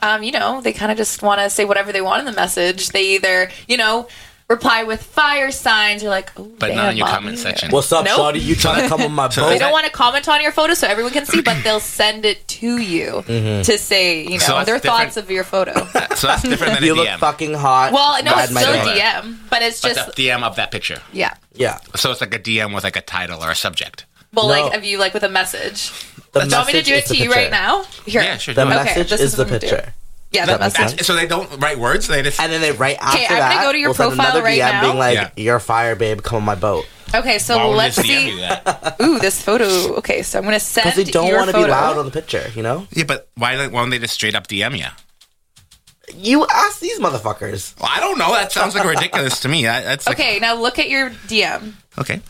um, you know, they kind of just want to say whatever they want in the message. They either, you know, reply with fire signs. You're like, oh,
But
damn,
not in your
mommy.
comment section.
What's up,
Nope.
Shawty? You trying to come on my
So
They
boat?
is that-
don't want to comment on your photo so everyone can see, but they'll send it to you
Mm-hmm.
to say, you know,
So that's
their
different.
thoughts of your photo.
so that's different than
You
a
look
DM.
fucking hot.
Well, no,
Ride
it's
my
still a
dick.
dick.
DM, but it's
but
just
that DM of that picture.
yeah.
Yeah.
So it's like a DM with like a title or a subject.
Well,
No.
like of you, like with a message.
The
Do you want me to
message
do it
is
to
the
you
picture.
right now? Here.
Yeah, sure.
The
do it.
Okay,
message
this
is
is
the
what I'm doing.
picture.
Yeah,
That
the
makes
message.
sense.
So they don't write words. They just
And then they right after
I'm gonna
that,
go to your
we'll send
profile
another
right
DM
now.
being like,
Yeah.
"You're fire, babe. Come on my boat."
Okay,
Why
so
would
let's
they DM you
see.
that?
Ooh, this photo. Okay, so I'm gonna send.
Because they don't
your
want to be
photo.
loud on the picture, you know?
Yeah, but why, don't- why don't they just straight up DM you?
You ask these motherfuckers.
Well, I don't know. That sounds like ridiculous to me. I, that's like,
Okay, now look at your DM.
okay.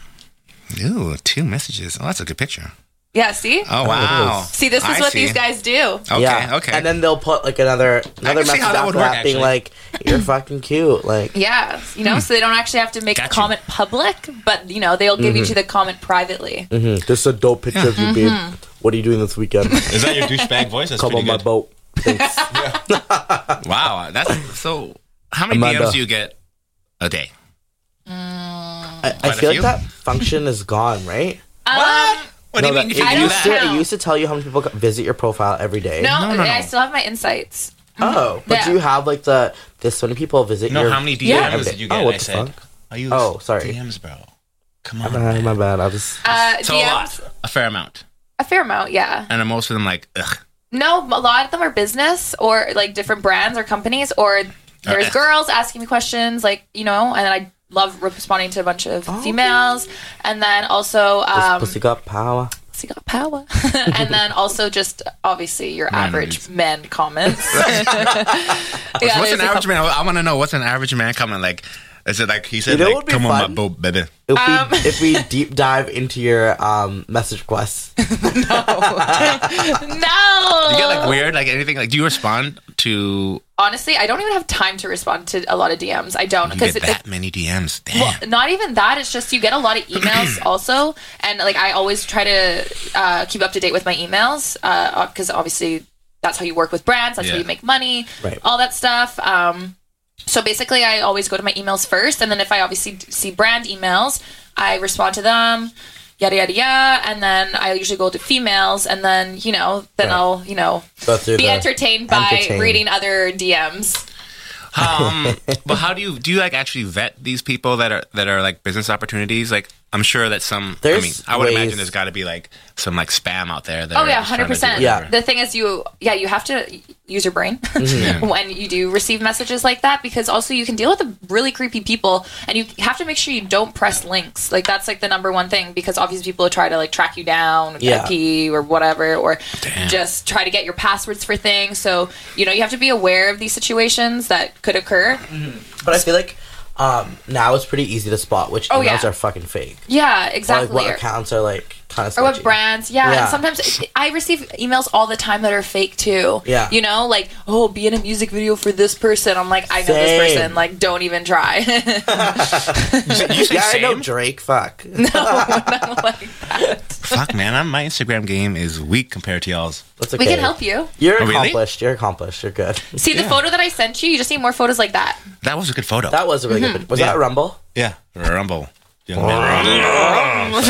Ooh, two messages. Oh, that's a good picture.
Yeah, see,
Oh wow.
see, this is
I
what
see.
these guys do.
Okay,
yeah.
okay.
And then they'll put like another another
can see
message
how that
after
would
that,
work,
being
actually.
like, "You're fucking cute." Like,
Yeah, you know, so they don't actually have to make
Hmm. Got
the
you. Mm-hmm.
comment public, but you know, they'll give each you the comment privately.
mm, this is a dope picture of you, babe.
Mm-hmm.
What are you doing this weekend?
is that your douchebag voice? That's
Come on
pretty
my
good.
boat. Thanks.
Wow, that's so. How many
Amanda.
DMs do you get a day?
I, I
Quite a
feel like
few.
that function is gone, right?
Um,
What do
No,
you mean?
that-
You can
I
it,
do
don't
used
that?
to,
know.
it used to tell you how many people co- visit your profile every day.
no,
No, no,
I
no.
still have my insights.
Oh, but
Yeah.
do you have like the this many people visit
No,
your?
how many DMs
Yeah.
did you get?
Oh, what
I
the
said,
fuck?
Are you
Oh, sorry.
DMs, bro. Come on.
Uh, my bad. I was.
Uh,
So
DMs,
a lot, a fair amount,
a fair amount, yeah.
and most of them like, ugh.
No, a lot of them are business or like different brands or companies, or there's
Uh,
girls asking me questions, like you know, and I love responding to a bunch of
Oh.
females, and then also
This
um,
pussy got power.
she got power, and then also just obviously your average men comments. yeah,
what's
there's
an
a
average
couple-
man? I want to know what's an average man coming like. Is it like he said,
You know what
like,
would be
"Come on,
fun?
my boat, baby"?
If
Um.
we if we deep dive into your um message requests,
no,
You get like weird, like anything. Like, do you respond to?
honestly, I don't even have time to respond to a lot of DMs. I don't
You
because
get that many DMs. Damn.
Well, not even that. It's just you get a lot of emails also, and like I always try to uh, keep up to date with my emails because obviously that's how you work with brands, that's how
Yeah.
you make money,
Right.
all that stuff. Um, so basically, I always go to my emails first, and then if I obviously d- see brand emails, I respond to them. Yada yada yada, and then I usually go to females, and then you know, then
Right.
I'll you know
go through
be
the-
entertained by
entertained.
reading other DMs.
um, but how do you do you like actually vet these people that are that are like business opportunities? Like I'm sure that some I
There's
mean, I would imagine
ways-
there's gotta be like some like spam out there that
Oh
are
yeah,
just trying to
hundred
do
percent.
whatever.
Yeah.
The thing is, you yeah, you have to use your brain
Mm-hmm. Yeah.
when you do receive messages like that because also you can deal with the really creepy people, and you have to make sure you don't press links. Like that's like the number one thing because obviously people try to like track you down, with
Yeah.
IP or whatever, or
Damn.
just try to get your passwords for things. So you know you have to be aware of these situations that could occur.
Mm-hmm.
But I feel like um now it's pretty easy to spot which
Oh,
emails
yeah.
are fucking fake.
Yeah,
Or,
exactly.
like what accounts are like kind of
or what brands yeah,
Yeah.
and sometimes i receive emails all the time that are fake too
Yeah.
you know like oh be in a music video for this person i'm like i know this
Same.
person like don't even try
You say
Yeah, I know
same?
Drake. Fuck.
like that.
Fuck man, I'm, my Instagram game is weak compared to y'all's.
That's okay.
we can help you
You're
Oh, really?
accomplished. You're accomplished. You're good.
see the
Yeah.
photo that i sent you you just need more photos like that
That was a good photo.
That was a really
Mm-hmm.
good. pic- Was
Yeah.
that a Rumble?
yeah. Rumble. Young man.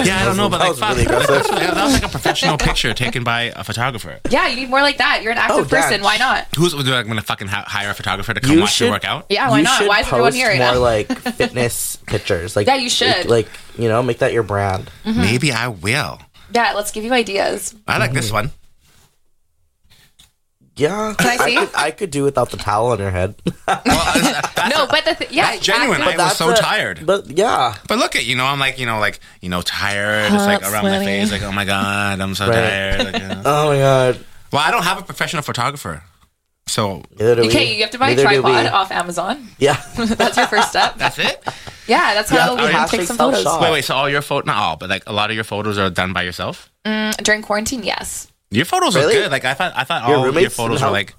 yeah, I don't know, but
That
like
was
fuck,
really aggressive.
that was like a professional picture taken by a photographer.
yeah you need more like that you're an active
Oh, damn.
person why not
Who's would you, like, I'm gonna fucking hi- hire a photographer to come
You
watch
should-
your workout?
yeah why
you
not
should
why is everyone
post
here right
more
now
like fitness pictures. Like
Yeah, you should.
Like, you know, make that your brand.
Maybe I will.
yeah let's give you ideas
I like this one.
Yeah,
Can I see?
could, I could do without the towel on your head.
Well, that's
no but the th- yeah
That's genuine.
active-
I was so
a-
tired.
But yeah,
But look at you know I'm like you know like you know tired. It's like
Hot,
around my
sweaty.
face. Like oh my god, I'm so
Right.
tired. Like, uh,
oh my god.
well, I don't have a professional photographer, so
Neither do we.
okay you have to buy a
Neither do
tripod
we.
off amazon
Yeah,
that's your first step
that's it.
yeah that's
Yeah,
how
I
we
have
take
to
some
self
photos
shot.
Wait, wait. So all your photo, not all, but like a lot of your photos are done by yourself.
during quarantine yes
Your photos
Really?
are good. Like I thought, I thought
Your
all your
roommates
photos
help?
were like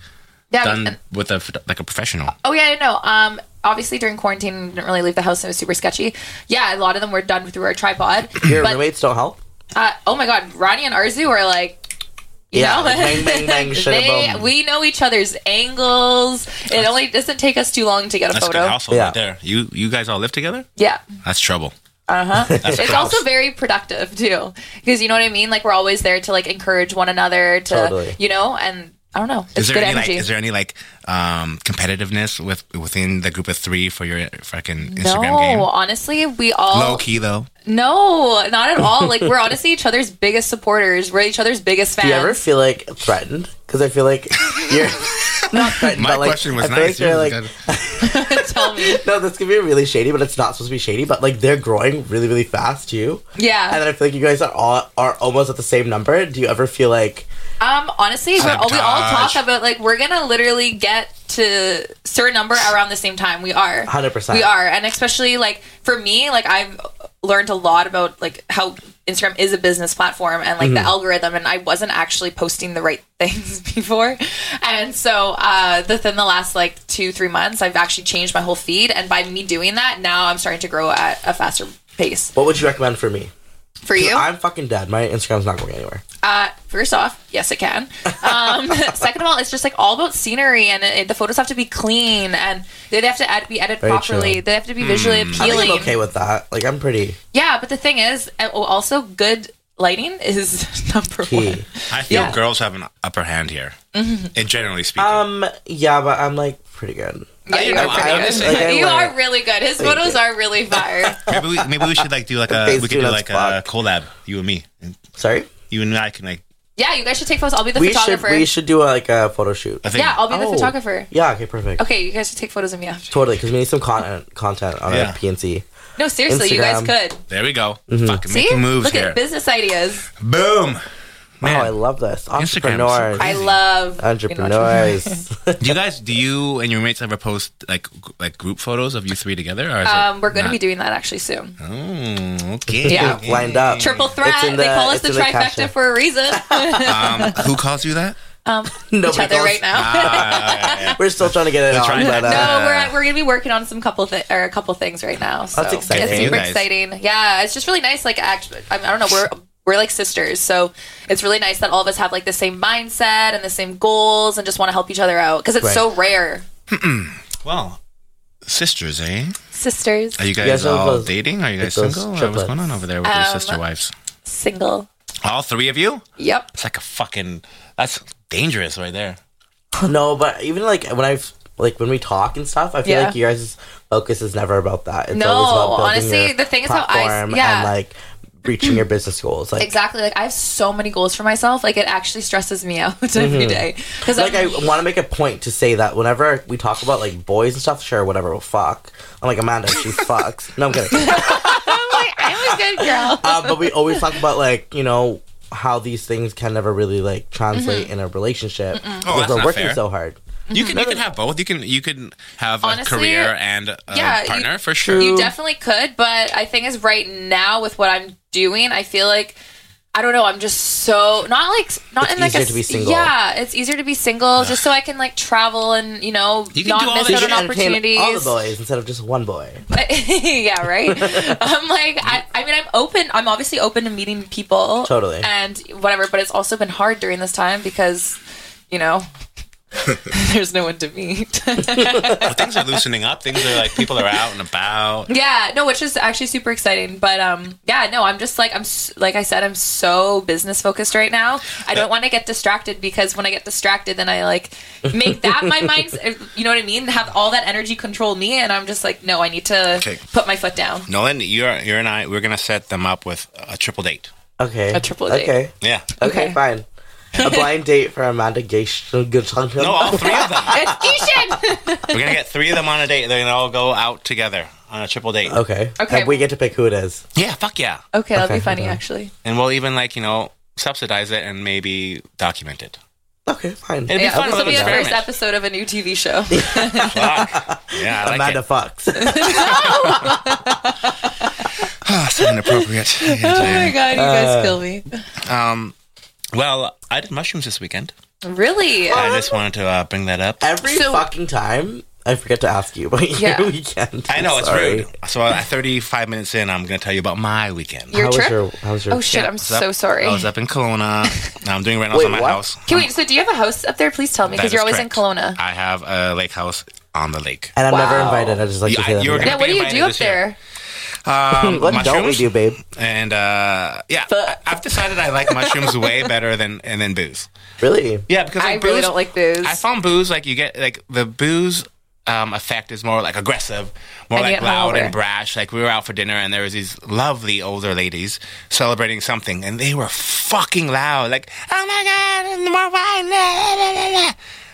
yeah and-
done with a photo- like a professional.
Oh yeah, I know. Um, obviously during quarantine, didn't really leave the house. and It was super sketchy. Yeah, a lot of them were done through our tripod.
your
but
roommates don't help.
uh, oh my god, Ronnie and Arzu are like. You
Yeah,
know?
like bang, bang, bang,
they,
shada-boom.
we know each other's angles. It only doesn't take us too long to get a
That's good
photo.
household
Yeah.
right there. You you guys all live together.
Yeah.
That's trouble.
It's also very productive too. Because you know what I mean? Like we're always there to like encourage one another to
Totally.
you know, and I don't know.
Is
It's
there
good
any
energy.
like is there any like um competitiveness with within the group of three for your fucking Instagram
no,
game?
honestly, we all
Low key though.
No, not at all. Like we're honestly each other's biggest supporters. We're each other's biggest fans.
Do you ever feel like threatened? Because I feel like you're not threatened.
My
but, like,
question was
I feel Like
nice. Yours
they're
was
like,
good.
Tell me.
No, this could be really shady, but it's not supposed to be shady. But like they're growing really, really fast too. And
Yeah.
then I feel like you guys are all are almost at the same number. Do you ever feel like
Um. Honestly, we're, all, we all
Sabotage.
talk about like we're gonna literally get to certain number around the same time. We are.
hundred percent?
We are, and especially like for me, like I've learned a lot about like how Instagram is a business platform and like the
Mm-hmm.
algorithm, and I wasn't actually posting the right things before, and so uh, within the last like two three months, I've actually changed my whole feed, and by me doing that, now I'm starting to grow at a faster pace.
What would you recommend for me?
For you,
I'm fucking dead. My Instagram's not going anywhere.
Uh, first off, yes, it can. Um, second of all, it's just like all about scenery, and it, the photos have to be clean, and they have to ed- be edited
Very
properly.
true. Hmm.
They have to be visually
I think
appealing.
I'm okay with that. Like I'm pretty
Yeah, but the thing is, uh, also good lighting is number
key.
one.
I feel
Yeah. Mm-hmm.
girls have an upper hand here, and generally speaking.
Um, yeah, but I'm like pretty good.
Yeah,
you
you,
know,
are pretty
I- I'm
good.
just saying-
you are really good. His photos
you.
are really fire.
maybe we maybe we should like do like a
Face
we could do
tune's
like a
fucked.
collab you and me and
Sorry.
you and I can like
yeah, you guys should take photos. I'll be the
We should
photographer.
we should do like a photo shoot.
I think
yeah, I'll be the
Oh.
photographer.
Yeah. Okay. Perfect.
Okay, you guys should take photos of me after.
Totally, because we need some content content on
Yeah.
our PNC.
No, seriously, you guys
Instagram.
could.
there we go
Mm-hmm.
fucking
See?
making moves
Look
here
at business ideas.
boom
Wow, Oh, I
man
love this.
Instagram's
Entrepreneurs.
crazy.
I love being an entrepreneur.
Entrepreneurs.
do you guys do you and your mates ever post like g- like group photos of you three together or is
Um,
it
we're going to
not-
be doing that actually soon.
oh okay
Yeah.
Lined up.
Triple
It's
threat.
in
they
the-
call us
it's
the
in the
trifecta
caption.
for a reason.
um, who calls you that
um,
Nobody
each other
calls-
right now.
Ah,
We're still trying to get it on,
trying.
but uh,
No, we're, we're gonna be working on some couple thi- or a couple things right now. So
That's exciting.
It's
Good for
super
you guys.
exciting. Yeah, it's just really nice. Like, act, I, mean, I don't know, we're we're like sisters, so it's really nice that all of us have like the same mindset and the same goals, and just want to help each other out because it's
Right.
so rare.
well sisters eh
Sisters,
are you guys,
guys are
all
those-
dating are you guys
those
single or what's
triplets.
going on over there with your
Um,
sister wives
single.
all three of you
Yep.
it's like a fucking that's dangerous right there
no, but even like when I've like when we talk and stuff, I feel
Yeah.
like you guys' focus is never about that. It's
No,
always about building
honestly,
your
the thing is how I-
platform
yeah.
and like reaching your business goals. Like
Exactly. Like I have so many goals for myself. Like it actually stresses me out every day because
Mm-hmm. like I want to make a point to say that whenever we talk about like boys and stuff, sure, whatever, we'll fuck. I'm like Amanda, she fucks. No, I'm kidding.
I'm like I'm a good girl.
uh, but we always talk about like you know how these things can never really like
Mm-hmm.
translate in a relationship because
Oh, that's
we're
not
working
fair.
so hard.
You can you can have both. You can you can have
Honestly,
a career and a
yeah, you-
partner for sure.
You definitely could, but I think is right now with what I'm doing, I feel like I don't know. I'm just so not like not
It's
in like
easier
a s-
to be single.
yeah. It's easier to be single just so I can like travel and you know
You can do
not
all
miss
that
You
out
shit.
on
should entertain
opportunities.
all the boys instead of just one boy.
yeah, right. I'm like I, I mean I'm open. I'm obviously open to meeting people
Totally.
and whatever. But it's also been hard during this time because you know there's no one to meet.
But things are loosening up. Things are like people are out and about.
Yeah, no, which is actually super exciting. But um, yeah, no, I'm just like I'm s- like I said, I'm so business focused right now. I don't want to get distracted because when I get distracted, then I like make that my mindset. uh, You know what I mean? Have all that energy control me, and I'm just like, no, I need to
Okay.
put my foot down.
Nolan, you're you're and I we're gonna set them up with a triple date.
Okay,
A triple date.
Okay,
Yeah.
okay,
Okay.
fine. A blind date for Amanda Gage. Good
No, all three of them.
It's Keishan.
We're gonna get three of them on a date. They're gonna all go out together on a triple date.
Okay.
Okay.
And we get to pick who it is.
Yeah, fuck yeah.
okay, that'll be
Okay,
funny
okay.
actually.
And we'll even like you know subsidize it and maybe document it.
Okay, fine.
It'd be
Yeah,
fun.
this will
little
be the first
experiment.
episode of a new TV show.
Fuck. Yeah, I like
Amanda
it.
fucks.
Oh, so inappropriate.
oh my god, you
Uh,
guys kill me.
Um, well, I did mushrooms this weekend.
Really?
I just wanted to uh, bring that up.
Every
So-
fucking time, I forget to ask you, but
Yeah.
your weekend.
I know it's
Sorry.
rude. So uh, 35 minutes in, I'm going to tell you about my weekend.
Your
How was
trip?
your? How was your?
oh shit,
Yeah,
I'm
was up-
so sorry.
I was up in Kelowna. I'm doing rentals
Wait,
on my
what?
house.
Can we? So, do you have a house up there? Please tell me,
That
because you're
is
always
correct.
in Kelowna.
I have a lake house on the lake.
and I'm never
Wow.
invited. I just like
Yeah,
to say
I-
that.
you were
again.
Yeah, what do you
invited
do up
this year.
there?
Um,
what don't we
mushrooms.
do, babe?
And uh, yeah,
Fuck.
I've decided I like mushrooms way better than and then booze.
Really?
Yeah, because
I
like,
really
booze-
don't like booze.
I found booze like you get like the booze um, effect is more like aggressive, more
And you
like
get
loud
hungover.
and brash. Like we were out for dinner and there was these lovely older ladies celebrating something and they were fucking loud, like oh my god, more wine. la, la, la, la."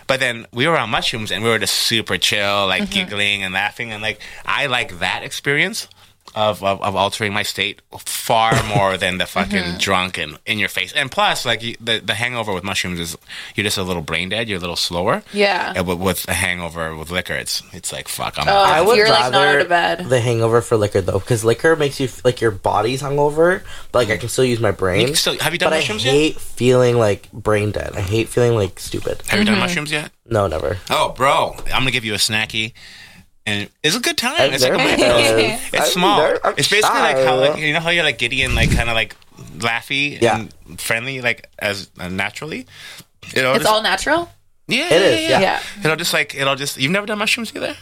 But then we were on mushrooms and we were just super chill, like
Mm-hmm.
giggling and laughing. And like, I like that experience of, of, of altering my state far more than the fucking
Mm-hmm.
drunk and in your face. And plus, like, you, the, the hangover with mushrooms is you're just a little brain dead, you're a little slower.
Yeah.
And with, with a hangover with liquor, it's it's like, fuck, I'm
Oh.
I
If
would
you're, like,
rather
not out of bed.
the hangover for liquor though, because liquor makes you f- like your body's hungover, but like I can still use my brain.
So, have you done
But I
mushrooms yet?
hate feeling like brain dead. I hate feeling like stupid.
Have you
Mm-hmm.
done mushrooms yet?
No, never.
Oh, bro, I'm gonna give you a snacky, and it's a good time.
I've
it's like a
never
window.
done it.
It's
I've
small.
never- I'm
it's basically like how
shy.
like you know how you're like giddy and like kind of like laughy
Yeah.
and friendly, like as uh, naturally. It'll
It's
just,
all natural.
yeah,
It is, yeah.
Yeah.
It'll just like it'll just. You've never done mushrooms either.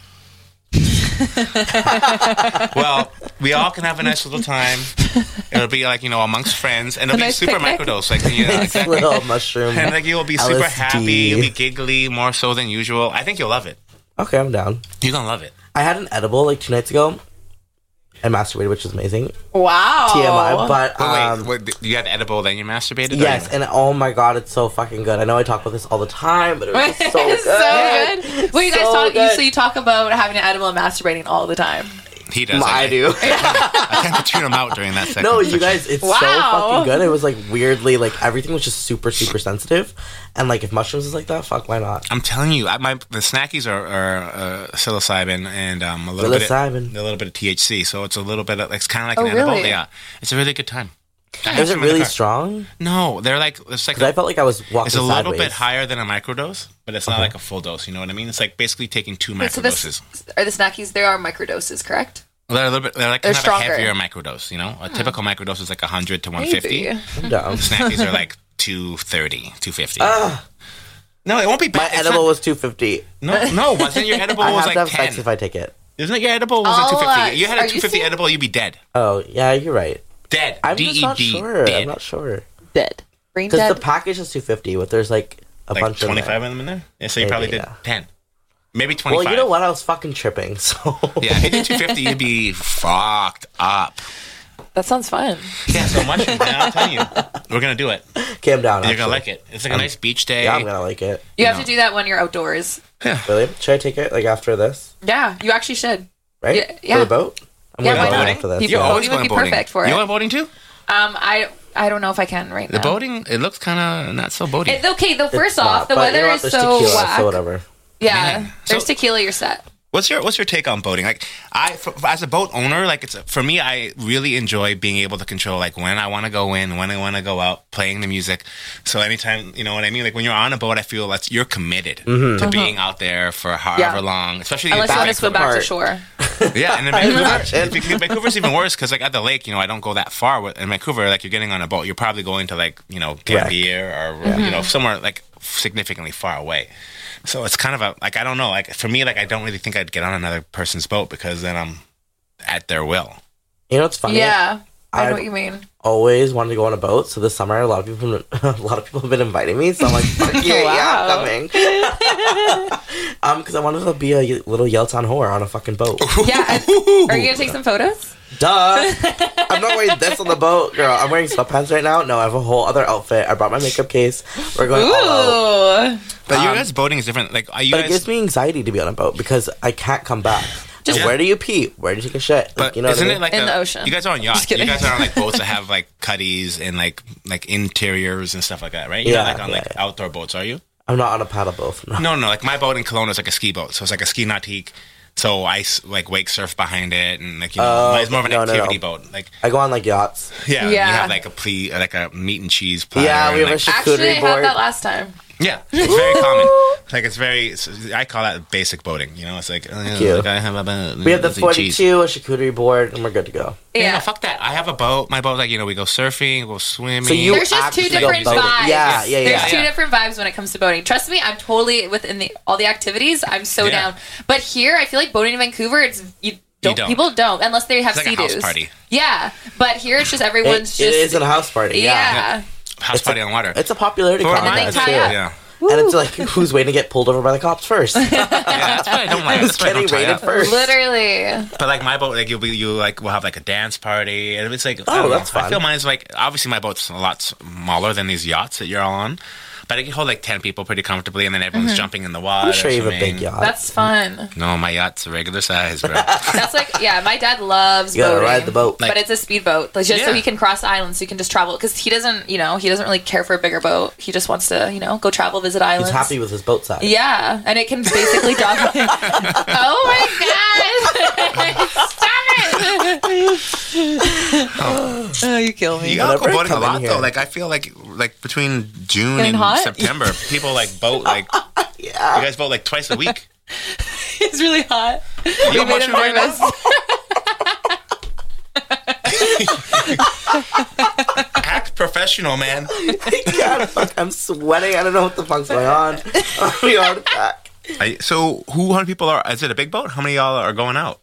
well, we all can have a nice little time. It'll be like you know amongst friends, and it'll be
nice
super
picnic.
microdose, like you know,
It's little mushroom.
and like you'll be super
LSD.
happy, you'll be giggly more so than usual. I think you'll love it.
Okay, I'm down.
You're gonna love it.
I had an edible like two nights ago. I masturbated, which was amazing.
Wow.
TMI, but
Wait,
um,
wait, what, you had the edible, then you masturbated?
yes,
Or-
and oh my god, it's so fucking good. I know I talk about this all the time, but it was just so good.
It's so good. Well, you guys
So
talk. You,
good.
so you talk about having an edible and masturbating all the time.
he does.
I
I,
do.
I tend to tune him out during that section.
No, you guys, it's so
Wow.
fucking good. It was like weirdly, like everything was just super, super sensitive. And like if mushrooms is like that, fuck, why not?
I'm telling you, I, my the snackies are, are uh, psilocybin and um, a little bit
Psilocybin.
of, a little bit of THC. So it's a little bit. Of, it's kind of like an
Oh, really?
edible. Yeah, it's a really good time. I had
Is it
some in the
really
car.
strong?
No, they're like it's like
Because I felt like I was walking
it's a little
sideways. Uh-huh.
bit higher than a microdose, but it's not like a full dose. You know what I mean? It's like basically taking two
Wait, so this
microdoses.
are the snackies. There are microdoses, correct?
they're a little bit. They're like
They're
kind of a
stronger.
heavier microdose. You know, a typical microdose is like 100 to 150.
Maybe.
No.
Snackies are like 230, 250. no, it won't be
My
bad. It's
edible was two fifty.
not- no, no, wasn't your edible
I
was
have to
like
have sex
10.
if I take it.
Isn't it your edible was
All
at 250?
us.
You had a
Oh, Are you
250
serious?
edible, you'd be dead.
Oh yeah, you're right.
Dead.
I'm
D
just
E
not
D.
sure.
Dead.
I'm not sure
Dead. Brain
because
dead.
the package is two fifty, but there's like a
like
bunch
25
of them.
of them in there? Yeah, so you
Maybe,
probably did
yeah.
10. Maybe 25.
Well, you know what? I was fucking tripping. So
Yeah, if you did 250, you'd be fucked up.
that sounds fun.
Yeah, so much. man, I'm telling you. We're going to do it. And
calm down.
You're going
actually.
to like it. It's like a nice beach day.
Yeah, I'm gonna like it.
You have
No.
to do that when you're outdoors.
Really? Should I take it like after this?
Yeah, you actually should.
Right?
Yeah, yeah.
For the boat. I'm
Yeah,
gonna
why
go
not?
after this.
People
You're
yeah.
Boating
always
would
going
be
boating.
perfect for
you
it.
want boating too?
Um, I I don't know if I can right
The
now.
boating, it looks kind of not so boating.
It, okay, though. First
Nah,
off, the
but you
weather
know what?
is
There's
so
tequila,
whack.
So whatever.
Yeah, there's
So-
tequila. You're set.
What's your what's your take on boating? Like I for, as a boat owner, like it's for me I really enjoy being able to control like when I want to go in, when I want to go out, playing the music. So anytime, you know what I mean? Like when you're on a boat, I feel that's you're committed to being out there for however
Uh-huh. Yeah.
long, especially
Unless you want to
That's
swim
the
back to
part.
shore.
yeah, and in Vancouver, if you- Vancouver's even worse because like at the lake, you know, I don't go that far. with- In Vancouver, like you're getting on a boat, you're probably going to like you know Gambier or
Mm-hmm.
you know somewhere like significantly far away. So it's kind of a like I don't know. Like for me, like I don't really think I'd get on another person's boat because then I'm at their will.
You know what's funny?
Yeah, I, know
I've
what you mean.
always wanted to go on a boat, so this summer a lot of people a lot of people have been inviting me, so I'm like, fuck you, yeah,
Wow.
I'm coming. um, because I wanted to be a y- little Yelltown whore on a fucking boat.
Yeah, I- are you gonna take some photos?
Duh. I'm not wearing this on the boat, girl. I'm wearing sweatpants right now. No, I have a whole other outfit. I brought my makeup case. We're going all out.
Ooh,
But you guys boating is different. Like are you
Um, But it gives
guys.
me anxiety to be on a boat because I can't come back.
Just-
And where do you pee? Where do you take a shit?
But
Like, you know
isn't
what I
it
mean?
like
In
a-
the ocean.
You guys are on yachts. You
kidding.
guys are on like boats that have like cuddies and like like interiors and stuff like that, right? You're
Yeah,
not like on
yeah,
like outdoor boats, are you?
I'm not on a paddle boat. No.
No, no, like my boat in Kelowna is like a ski boat, so it's like a ski nautique. So I s- like wake surf behind it, and like you know,
Oh,
it's more of an
no, no, no.
activity boat. Like
I go on like yachts.
yeah, you
Yeah.
have like a ple- like a meat and cheese platter.
Yeah, we have
and,
a
like,
actually, I
charcuterie
had
board.
that last time.
yeah, it's very common. Like it's very, it's- I call that basic boating. You know, it's like, uh,
you.
like, I have a boat.
We have the
let's eat cheese.
42, a charcuterie board, and we're good to go.
Yeah,
Yeah, no, fuck that. I have a boat. My boat, like you know, we go surfing, go swimming.
So you-
there's just two
actually
different
go boating.
vibes.
Yeah, yeah, yeah.
There's two
Yeah.
different vibes when it comes to boating. Trust me, I'm totally within the all the activities. I'm so
Yeah.
down. But here, I feel like boating in Vancouver, it's you don't,
don't.
people don't unless they have
It's like a
sea
house
do's.
party.
Yeah, but here it's just
It-
everyone's
it
just
is a house party. Yeah.
yeah.
house party on water.
It's a popularity
But
contest.
mine-
they tie
too.
up.
yeah.
And it's like who's waiting to get pulled over by the cops first?
yeah, that's what I don't like.
who's
That's what I
getting
don't tie
raided
up.
first?
Literally,
But like my boat, like you'll be you like we'll have like a dance party, and it's like I
Oh,
don't know.
that's
I
fun.
feel mine's like obviously my boat's a lot smaller than these yachts that you're all on, but I can hold like ten people pretty comfortably, and then everyone's jumping in the water.
Mm-hmm. I'm sure you have a
swimming.
big yacht.
That's fun.
No, my yacht's a regular size, bro.
That's like yeah, my dad loves
You gotta
boating,
ride the boat.
Like-
but it's a speedboat, like, just so
Yeah.
he can cross the islands, so he can just travel because he doesn't, you know, he doesn't really care for a bigger boat. He just wants to, you know, go travel, visit
He's
islands.
happy with his boat size.
Yeah, and it can basically dominate. oh my god! Stop it! oh, you kill me.
You gotta
Whenever I
go boating a
come in
lot
here-
though. Like I feel like like between June
Getting
and
hot?
September, people like boat like you guys boat like twice a week.
It's really hot.
You
We
don't
made
watch
him
it right
nervous.
now? Act professional, man.
God, fuck, I'm sweating. I don't know what the fuck's going on. we are back.
I, so who? How many people are? Is it a big boat? How many y'all are going out?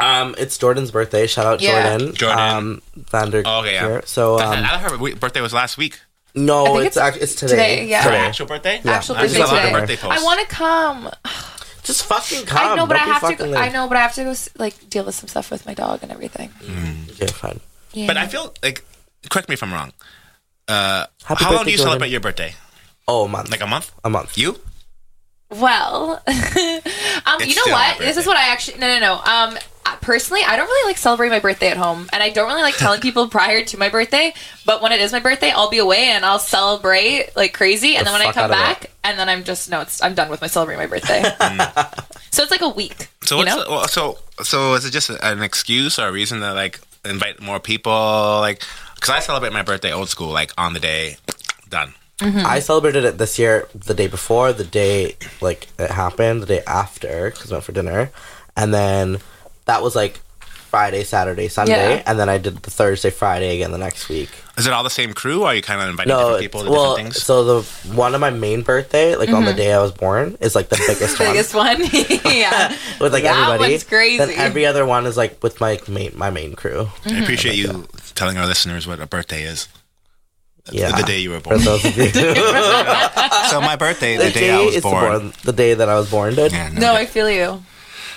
Um, it's Jordan's birthday. Shout out
Yeah.
Jordan.
Jordan.
Um, Vander.
Oh, okay, yeah.
Kier. So
That's-
um,
I thought her we- birthday was last week.
no,
think
it's
it's
act- it's today.
today, yeah.
Her
Today.
actual birthday.
Yeah.
Actual
I just
birthday
saw that
today.
birthday post.
I want to come.
Just fucking come.
I know, but
Don't
I
be
have to.
fucking
go-
lame.
I know, but I have to go s- like deal with some stuff with my dog and everything.
Yeah, fine.
Yeah.
But I feel like, correct me if I'm wrong. Uh,
Happy
how long
birthday,
do you
Jordan.
celebrate your birthday?
Oh, a month.
Like a month?
a month.
You?
Well, um, you know
still my
what? This is
birthday.
what I actually no no no. Um, I- personally, I don't really like celebrating my birthday at home, and I don't really like telling people prior to my birthday. But when it is my birthday, I'll be away and I'll celebrate like crazy, and
The
then when I
fuck
come
out of
back, and then I'm just no, it's I'm done with my celebrating my birthday. so it's like a week.
So
you
what's
know?
the- well, so so is it just an excuse or a reason to like invite more people? Like, because I celebrate my birthday old school, like on the day, done.
Mm-hmm.
I celebrated it this year, the day before, the day like it happened, the day after, because I went for dinner, and then that was like Friday, Saturday, Sunday,
Yeah.
and then I did the Thursday, Friday again the next week.
Is it all the same crew? Or are you kind of inviting
No,
different
it's,
people to
well,
different things?
so the one on my main birthday, like on the day I was born, is like the biggest one
Mm-hmm. biggest one. yeah,
with like
That
everybody.
one's crazy.
Then every other one is like with my main my main crew.
I appreciate you telling our listeners what a birthday is.
Yeah,
The day you were
For
born.
those of you- the
so my birthday, the, day, I was
is the
born.
the day that I was born, dude.
Yeah,
no, I feel you.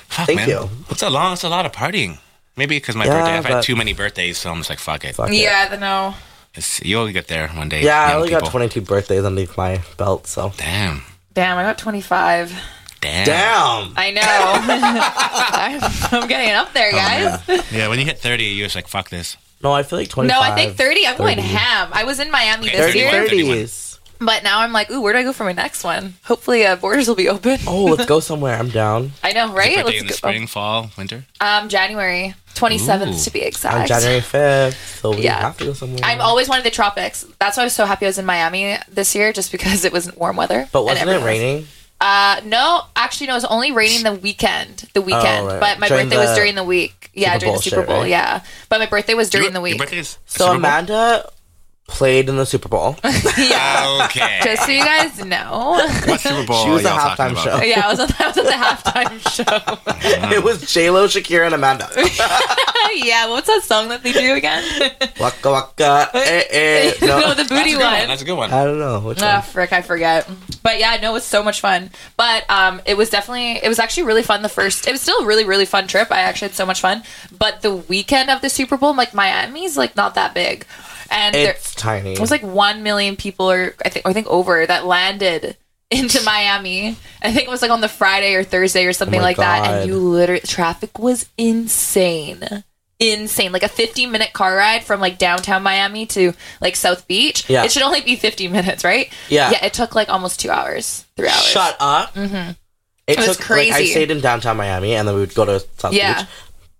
fuck,
Thank
man.
you.
It's a long. It's a lot of partying. Maybe because my
Yeah,
birthday, I've
but-
had too many birthdays, so I'm just like, fuck it.
Fuck it.
Yeah, the no.
It's- you'll get there one day.
Yeah, I
young
only
people.
got 22 birthdays underneath my belt, so.
Damn.
Damn, I got 25.
Damn.
Damn!
I know. I'm, I'm getting up there, guys.
Yeah, when you hit 30, you're just like, fuck this.
No, I feel like 25.
No, I think 30. I'm going
30.
ham. I was in Miami
Okay,
this
30,
31,
year,
30s.
but now I'm like, ooh, where do I go for my next one? Hopefully, uh, borders will be open.
Oh, let's go somewhere. I'm down.
I know, right?
Birthday in the
Let's go.
spring, fall, winter.
Um, January 27th
Ooh.
to be
On
exact.
Oh, January 5th, so we
Yeah.
have to go somewhere.
I'm always wanted the tropics. That's why I was so happy I was in Miami this year, just because it was warm weather.
but
and
wasn't it
everyone was-
raining?
Uh, no, actually, no. It was only raining the weekend. The weekend,
Oh, right.
but my
During
birthday
the
was during the week. Yeah,
Super
during
Bowl
the
shit,
Super Bowl.
right?
Yeah, but my birthday was during
Your-
the
Your
week.
birthday is
So
Super Bowl?
Amanda played in the Super Bowl.
yeah,
Okay.
just so you guys know.
what Super Bowl
She was a
are y'all talking
halftime
about?
show.
Yeah, I was at, I was at the halftime show.
it was J-Lo, Shakira, and Amanda.
yeah, what's that song that they do again?
waka waka, eh eh. No,
no. the
That's a
booty
good
one.
one. That's a good one.
I don't know. Which
Ah,
one?
frick, I forget. But yeah, no, it's so much fun. But um, it was definitely, it was actually really fun. The first, it was still a really, really fun trip. I actually had so much fun. But the weekend of the Super Bowl, like Miami's like not that big, and there,
It's tiny.
it was like one million people, or I think, or I think over that landed into Miami. I think it was like on the Friday or Thursday or something
Oh my
like that.
God.
And you literally traffic was insane, insane. Like a 15 minute car ride from like downtown Miami to like South Beach.
Yeah.
it should only be 15 minutes, right?
Yeah.
yeah. It took like almost two hours, three hours.
Shut up. Mm-hmm. It,
was
took, Like, I
crazy.
stayed in downtown Miami, and then we would go to South
Yeah.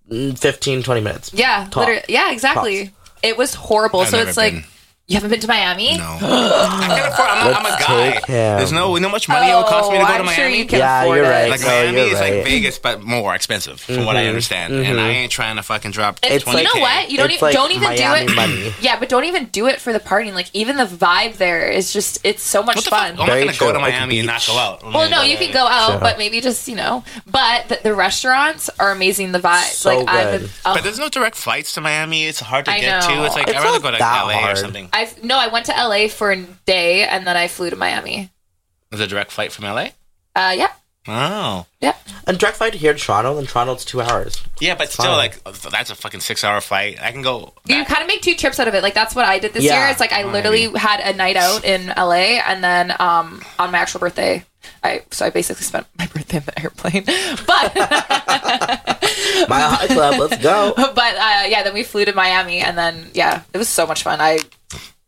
Beach. Mm, 15, 20 minutes.
yeah,
Tops.
literally, yeah, exactly. It was horrible.
I've
so
never
it's like
been.
you haven't been to Miami.
No. I can't afford. I'm, a- I'm a
Let's
guy.
take him.
There's no, you know how much money it would cost me to go
Oh,
to
I'm
Miami?
sure you can
Yeah,
afford
you're
it.
right.
Like
No,
Miami
you're
is like
right. Mm-hmm.
Vegas, but more expensive, from what I understand. And I ain't trying to fucking drop
It's,
twenty.
you know what? You don't
it's
even
like
don't even
Miami
do it.
money.
Yeah, but don't even do it for the partying. Like even the vibe there is just it's so much
What the
fun.
fuck? Oh, I'm not
Very
gonna go
true.
to
Like
Miami and not
beach.
go out.
Well, no, you can go out, but maybe just you know. But the, the restaurants are amazing. The vibe,
So
like I've,
good.
oh,
But there's no direct flights to Miami. It's hard to
I
get
know.
to. It's like
It's
I'd rather
not
go to
that
LA or
hard.
something.
I've no, I went to LA for a day and then I flew to Miami.
Is a direct flight from LA?
Uh, yeah,
Oh.
Yep.
And direct flight here to Toronto, then Toronto it's two hours.
Yeah, but still,
Fine.
like, that's a fucking six hour flight. I can go.
You kind of make two trips out of it. Like that's what I did this
Yeah.
year. It's like I literally had a night out in LA, and then um, on my actual birthday, I so I basically spent my birthday in the airplane. But
Mile High Club, let's go.
but uh, yeah, then we flew to Miami, and then yeah, it was so much fun. I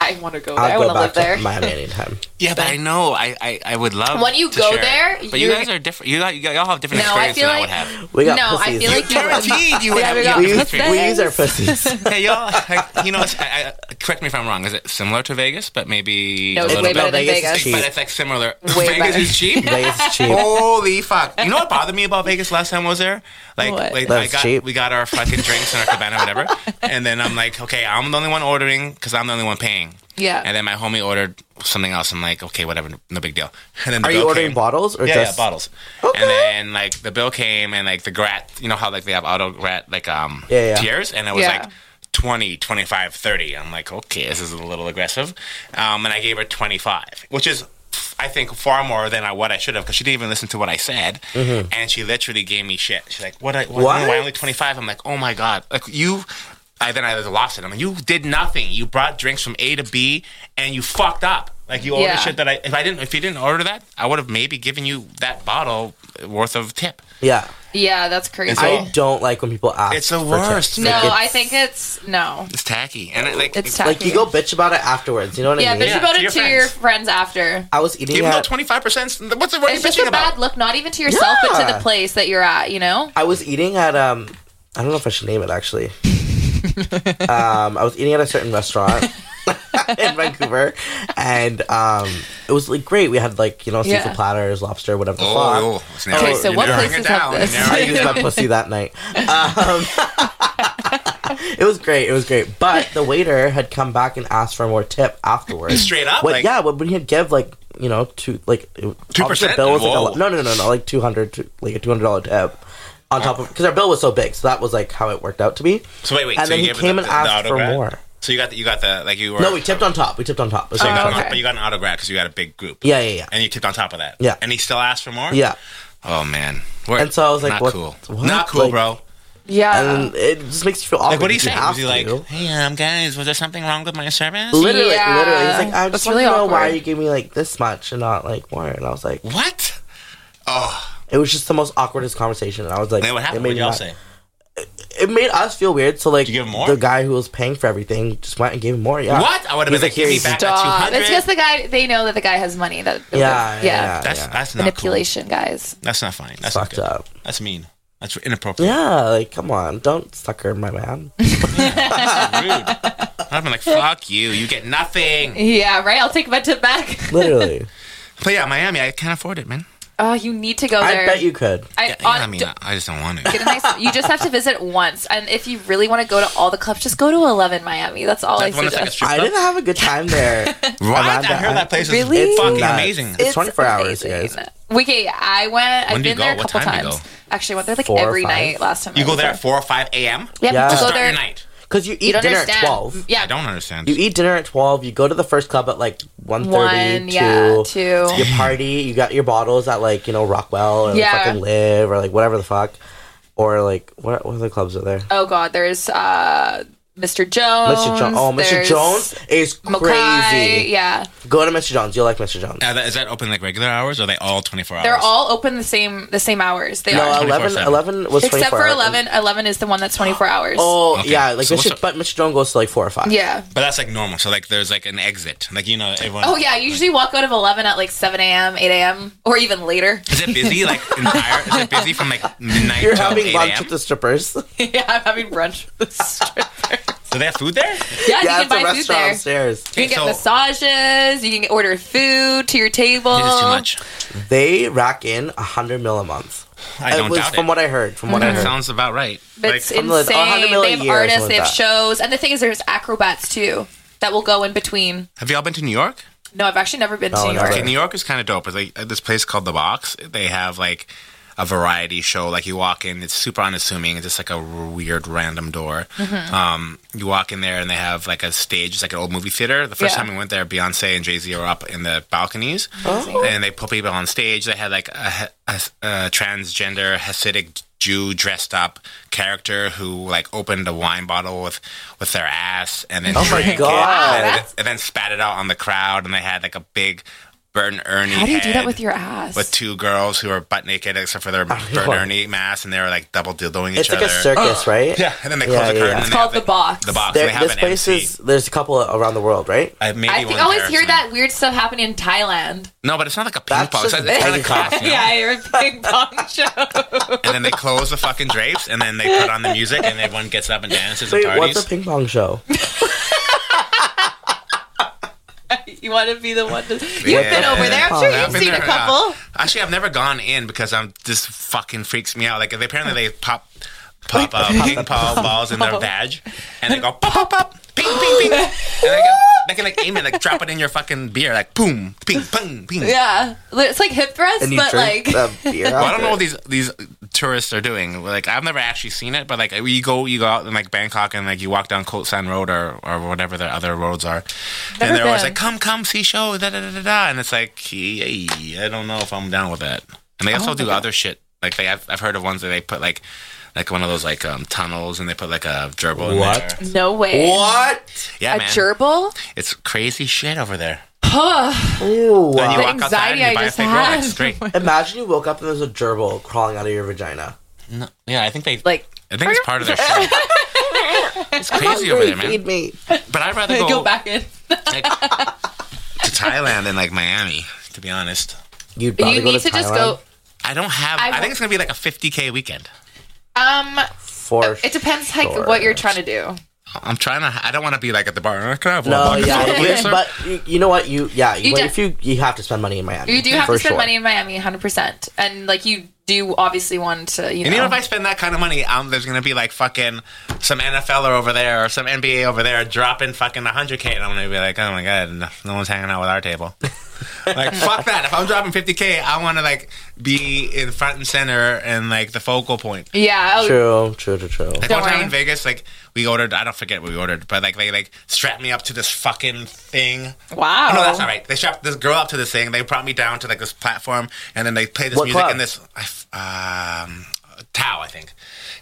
I want to go there. I
I'll
want
go
to live
back
there.
to Miami anytime.
Yeah, but I know. I, I, I would love.
When you
to
go
share it.
there,
but you
you're-
guys are different. You, you all have different
No, I
experiences
feel
than I would
like-
have.
We got
No, I
pussies.
feel like you-
Guaranteed, you would
Yeah,
have.
we
you
got
have
we,
different
use, we
experiences.
use our pussies.
Yeah, y'all. Like, you know, it's, I, I, correct me if I'm wrong. Is it similar to Vegas, but maybe
No,
a
it's
little
way
bit?
better than
Vegas is
Vegas.
cheap.
But it's like similar.
Way
Vegas
better.
is cheap.
Vegas cheap.
Oh, Holy fuck! You know what bothered me about Vegas last time I was there? Like,
What?
like
That
I
was
got
cheap.
we got our fucking drinks in our cabana, whatever. And then I'm like, okay, I'm the only one ordering because I'm the only one paying.
Yeah.
And then my homie ordered something else. I'm like, okay, whatever, no big deal. And then the
Are
bill
you ordering
came.
bottles or
Yeah,
just
yeah, bottles.
Okay.
And then like the bill came and like the grat, you know how like they have auto grat like um
Yeah, yeah.
tiers, and it was
Yeah.
like. 20, 25, 30. I'm like, okay, this is a little aggressive. Um, and I gave her 25, which is, I think, far more than I, what I should have because she didn't even listen to what I said. And she literally gave me shit. She's like, what? I, what?
Mm-hmm. What?
Why only 25? I'm like, oh my God. Like, you. I, then I lost it. I'm like, you did nothing. You brought drinks from A to B and you fucked up. Like, you ordered
Yeah.
shit that I, if I didn't, if you didn't order that, I would have maybe given you that bottle worth of tip.
Yeah.
yeah, that's crazy.
It's all-
I don't like when people ask.
It's the
for
worst.
tips.
no,
Like, it's-
I think it's no.
It's tacky. And it, like,
It's
it's
tacky.
like you go bitch about it afterwards. You know what
yeah,
I mean?
bitch
Yeah,
about
to
it
your
to your
friends.
friends after.
I was eating
even
at,
though 25%, what's the what are you
It's just
bitching
a
about?
bad look, not even to yourself, but to
Yeah.
the place that you're at. You know.
I was eating at um I don't know if I should name it actually. um I was eating at a certain restaurant in Vancouver and um it was like great. We had like, you know, seafood
Yeah.
platters, lobster, whatever the fuck.
Oh, oh, it's
Okay,
narrow.
so
You're
what
narrowing it
places have
down. You're
this?
narrowing
I used my pussy that night. Um, it was great. It was great. But the waiter had come back and asked for more tip afterwards.
Straight up,
What,
like-
yeah. What, when he had give like you know two like two
2%?
bill was like a,
Whoa.
lo- no no no no like two hundred like a two hundred dollar tip on top of because our bill was so big. So that was like how it worked out to be.
So Oh. wait, wait.
And
so
then
you
he
gave her
came
the,
and
the
asked for
autograph?
more.
So you got the, you got the like you were
No, we tipped on top. We tipped on top. It was like-
you got an-
okay.
but you got an autograph because you got a big group.
Yeah, yeah, yeah.
And you tipped on top of that.
Yeah.
And he still asked for more.
Yeah.
Oh man. We're-
And so I was like,
not
what-
cool.
what?
Not cool,
Like-
bro. Um,
Yeah.
And it just makes you feel awkward.
Uh, Like, what do you
if you
say?
have
Was he like,
to.
hey, um, guys, was there something wrong with my service?
Literally,
Yeah.
literally. He's like, I
That's
just want
really
to know why
awkward.
you gave me like this much and not like more. And I was like,
What? Oh.
It was just the most awkwardest conversation. And I was like,
Then what happened?
It made,
What did
me Uh,
y'all
not-
say?
It made us feel weird. So like,
you give him more?
the guy who was paying for everything just went and gave him more. Yeah.
What? I would have
He's
been like,
like, here
give me
you
back
Stop.
that
It's
200.
just the guy. They know that the guy has money. That
Yeah, yeah, yeah.
That's that's not cool.
manipulation, guys.
That's not fine. That's not
Fucked
good.
up.
That's mean. That's inappropriate.
Yeah, like come on, don't sucker my man.
That's rude. I'd have been like, fuck you. You get nothing.
Yeah, right. I'll take my tip back.
Literally,
But yeah, Miami, I can't afford it, man.
Oh, you need to go there.
I bet you could.
I,
Yeah, yeah,
on-
I mean,
d-
I, I just don't want it.
get a nice- you just have to visit once, and if you really want to go to all the clubs, just go to Eleven Miami. That's all
That's
I
one that's like a
suggest.
strip
I
club.
didn't have a good time there.
Right? I
Around that-
heard that place is
Really? It's
fucking
nuts.
amazing.
It's 24 hours, you
amazing.
guys.
Wiki, I went. I've
When do you
been there a
go? What
couple
time do you
times.
go?
Actually, I went there like
Four or
every
five?
night last time. I
You go
was
there at 4 or 5 a.m.?
Yeah,
Yeah.
you
To
go
Start
there.
your night.
Cause you eat
You don't
dinner
understand.
at twelve.
Yeah,
I don't understand.
You eat dinner at twelve. You go to the first club at like 1.30,
one, yeah, two.
You party. You got your bottles at like you know Rockwell or
Yeah.
like, fucking Live or like whatever the fuck, or like what what other clubs are there?
Oh God, there's uh, Mr. Jones.
Mr. Jones. Oh, Mr.
there's
Jones is
Mackay,
crazy.
Yeah,
Go to Mr. Jones. You'll like Mr. Jones.
Now, Uh, that, is that open like regular hours or are they all 24 hours?
they're all open the same the same hours. They
No,
are.
11,
24/7.
11 was 24
Except for
hours.
eleven. Eleven is the one that's twenty four hours.
Oh,
Okay.
yeah. Like
So
Mr.
what's up?
But Mr. Jones goes to like four or five.
yeah.
But that's like normal. So, like, there's like an exit. Like, you know, everyone.
Oh yeah. I usually walk out of eleven at like seven a.m., eight a.m., or even later.
Is it busy? Like, entire. Is it busy from like midnight
You're
till 8
having lunch
a.m.?
with the strippers.
yeah, I'm having brunch with the strippers.
Do they have food there?
Yeah,
yeah,
you
it's a
can buy food
restaurant
there.
upstairs.
You can get
So-
massages. You can get, order food to your table.
This is too much.
They rack in a hundred mil a month.
I don't
it was
doubt
from
it.
what I heard. From what I
that
heard.
sounds about right. Like,
It's
I'm like, 100
insane.
million
They have
a year or
artists.
something
They have
like
shows, and the thing is, there's acrobats too that will go in between.
have y'all been to New York?
No, I've actually never been
Oh, No,
to New
never.
York.
uh, Okay, New York is kind of dope. It's like at this place called The Box. They have like a variety show. Like you walk in, it's super unassuming. It's just like a r- weird random door.
Mm-hmm.
Um, you walk in there and they have like a stage, it's like an old movie theater. The first
Yeah. Oh.
time we went there, Beyonce and Jay Z were up in the balconies,
Amazing.
and they put people on stage. They had like a, he- a s- a transgender Hasidic Jew dressed up character who like opened a wine bottle with with their ass, and then
Oh my
drank it,
God. Wow,
and, then,
that's-
and then spat it out on the crowd. And they had like a big. Burton Ernie.
How do you do that
head
with your ass?
with two girls who are butt naked except for their Bert
yeah.
Ernie mask, and they were like double dildoing each
It's like
other.
a circus, right?
Oh, Yeah, and then they
Yeah,
close the
yeah,
curtain.
yeah.
and
It's
they
called
have
The Box.
The box.
There,
they have
this
an
place
MC.
is there's a couple around the world, right?
I, maybe
I think
one
I always hear
comparison.
that weird stuff happening in Thailand.
No, but it's not like a ping
That's
pong. It's,
just
it's kind
ping
of class.
pong.
you know?
Yeah, I hear a ping pong show.
And then they close the fucking drapes, and then they put on the music, and everyone gets up and dances
Wait,
and parties.
what's a ping pong show?
you want to be the one to. You've
Yeah.
been over there. I'm
Oh,
sure
yeah,
I've
you've
been
seen
there,
a
yeah.
couple.
Actually, I've never gone in because I'm this fucking freaks me out. Like they, apparently they pop pop uh, ping pong balls in their badge, and they go pop pop pop ping ping ping, and they, go, they can like aim it, like drop it in your fucking beer, like boom ping ping ping.
Yeah. It's like hip thrusts,
And you
but
drink
like.
the beer.
Well, I don't know what these these tourists are doing. Like I've never actually seen it, but like you go you go out in like Bangkok and like you walk down Koh San Road or, or whatever the other roads are,
Never
and they're always
been.
like come come see show da da da da da, and it's like "Hey, I don't know if I'm down with that. And
Oh
they also do other shit. Like they I've, I've heard of ones that they put like like one of those like um, tunnels and they put like a gerbil. In
What?
there.
No way.
What?
Yeah,
A
man.
gerbil?
it's crazy shit over there.
Ew.
Then you
The
walk outside and
anxiety
you
I
buy a
just
fake
had.
Rolex. Great.
Imagine you woke up and there's a gerbil crawling out of your vagina.
No, yeah, I think they
Like,
I think it's part of their show. it's crazy over there, man.
Feed me.
But I'd rather
go,
go,
back in.
like, to Thailand than like Miami, to be honest.
You'd probably
You
go
need
to,
to just
Thailand
go.
I don't have.
I
I,
won't-
think it's gonna be like a 50k weekend.
Um,
for.
it depends like
sure.
what you're trying to do.
I'm trying to. I don't want to be like at the bar. "Uh, Can I have one
No,
vodka
yeah,
soda, please,
you-
sir?"
but you, you know what? You yeah, you,
You
well,
de-
if you you have to spend money in Miami,
You do have
for
to spend
sure.
money in Miami, 100%. And like you do obviously want to, you know.
and even if I spend that kind of money, um, there's gonna be like fucking some NFLer over there or some NBA over there dropping fucking 100k, and I'm gonna be like, oh my god, no, no one's hanging out with our table. like fuck that. If I'm dropping 50k, I want to like be in front and center and like the focal point.
yeah. Oh,
True, true, true, true.
Like
Don't
one time
worry.
in Vegas, like we ordered. I don't forget what we ordered, but like they like strapped me up to this fucking thing.
Wow.
Oh, no, that's not right. They strapped this girl up to this thing. They brought me down to like this platform, and then they played this
What
music
club?
and this I f- um, Tao, I think.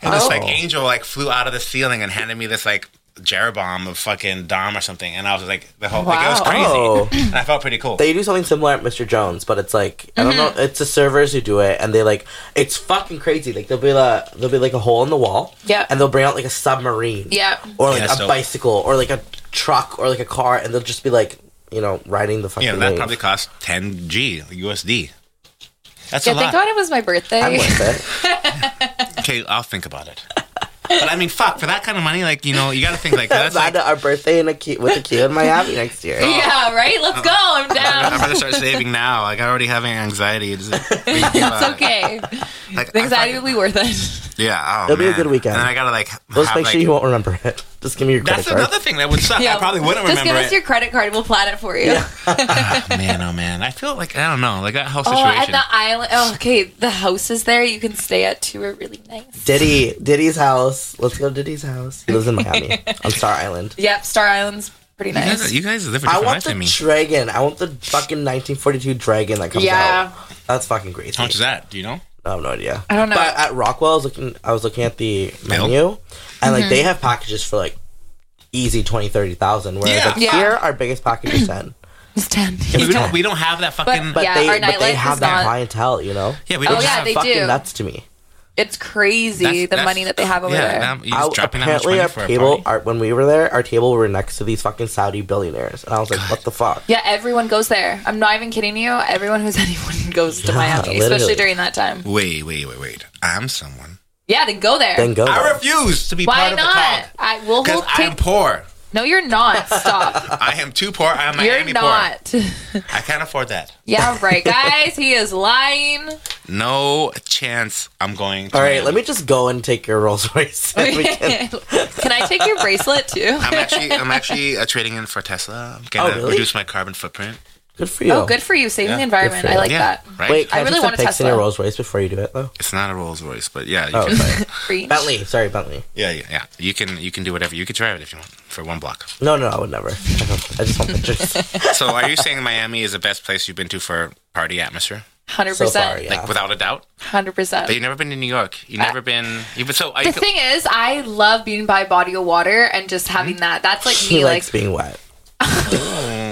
And this like
Oh.
angel like flew out of the ceiling and handed me this like Jeroboam of fucking Dom or something, and I was like the whole like it was
Wow.
crazy,
Oh.
and I felt pretty cool.
They do something similar at Mr. Jones, but it's like I don't
Mm-hmm.
know. It's the servers who do it, and they like it's fucking crazy. Like there'll be a there'll be like a hole in the wall,
Yep.
and they'll bring out like a submarine,
Yep.
or like
Yeah,
a
so-
bicycle, or like a truck, or like a car, and they'll just be like you know riding the fucking.
yeah, that
wave.
probably cost 10 G USD. That's a
Yeah,
lot.
thank God it was my birthday.
I'm with it.
Okay, I'll think about it. But I mean, fuck, for that kind of money, like, you know, you gotta think like that's
That's
like,
our birthday in a key, with a key in Miami next year.
yeah, right? Let's go. I'm
I'd
down.
rather start saving now. Like, I'm already having anxiety. It's,
it's okay.
Like,
The
I
anxiety
fucking-
will be worth it.
yeah, oh,
It'll be a
man.
good weekend.
And then I gotta like.
Let's
have,
make
like-
sure you won't remember it. Just give me your credit
That's
card.
another thing that would suck. I probably wouldn't
Just give
remember it.
us your credit card. We'll plan it for you.
oh, man, oh man, I feel like I don't know, like that whole
Oh, at
situation.
the island. Oh, okay. The houses there you can stay at too are really nice.
Diddy, Diddy's house. Let's go to Diddy's house. He lives in Miami on Star Island.
Yep, Star Island's pretty
you, guys,
nice.
you guys live
I
a different
want
life
the
than me.
dragon. I want the fucking 1942 dragon that comes
Yeah.
out. That's fucking crazy.
How much is that? Do you know?
I have no idea.
I don't know.
But at Rockwell, I was looking. I was looking at the
Bill?
menu, and like
Mm-hmm.
they have packages for like easy 20, 30,000, Whereas
Yeah.
like
Yeah.
here, our biggest package is ten.
It's 10.
We don't, we don't have that fucking.
But
Yeah,
they,
our
but they
nightlife
have
is
that
not-
clientele, you know.
yeah, we
Oh,
don't
yeah,
have
they
fucking
do.
nuts to me.
It's crazy
that's-
the
that's-
money that they have over
yeah,
there.
um, you
I-
just dropping that much
apparently,
money
our
for a
table,
party.
our, when we were there, our table were next to these fucking Saudi billionaires, and I was like, "What the fuck?"
yeah, everyone goes there. I'm not even kidding you. Everyone who's anyone goes to
Yeah,
Miami,
literally.
especially during that time.
Wait, wait, wait, wait. I'm someone.
Yeah, then go there.
Then go.
I refuse to be part
Why
of the
not?
talk
I will
because
hold.
I am
Take-
poor.
no, you're not. Stop.
I am too poor. I am Miami
you're not.
poor. I can't afford that.
yeah, right, guys. He is lying.
No chance. I'm going. To
All right, let me just go and take your Rolls Royce. and we can-
Can I take your bracelet too?
I'm actually. I'm actually uh, trading in for Tesla. I'm gonna
Oh, really?
reduce my carbon footprint.
Good for you.
Oh, good for you, saving
Yeah.
the environment.
Good for
I
you.
like
yeah,
that.
right.
Wait, can
I
I,
really
really
want
want
a
to pics in
Tesla.
your Rolls Royce before you do it though?
It's not a Rolls Royce, but yeah, you
Oh,
can,
sorry.
Green.
Bentley. Sorry, Bentley.
yeah, yeah, yeah. You can you can do whatever. You could drive it if you want for one block.
No, no, I would never. I, don't- I just want pictures.
So, are you saying Miami is the best place you've been to for party atmosphere,
Hundred
so far,
percent.
yeah.
like without a doubt?
Hundred
But
percent.
you've never been to New York. You've never been. You've been so. Are
The
you,
thing is, I love being by a body of water and just having that. That's like
he
me, like
likes being wet.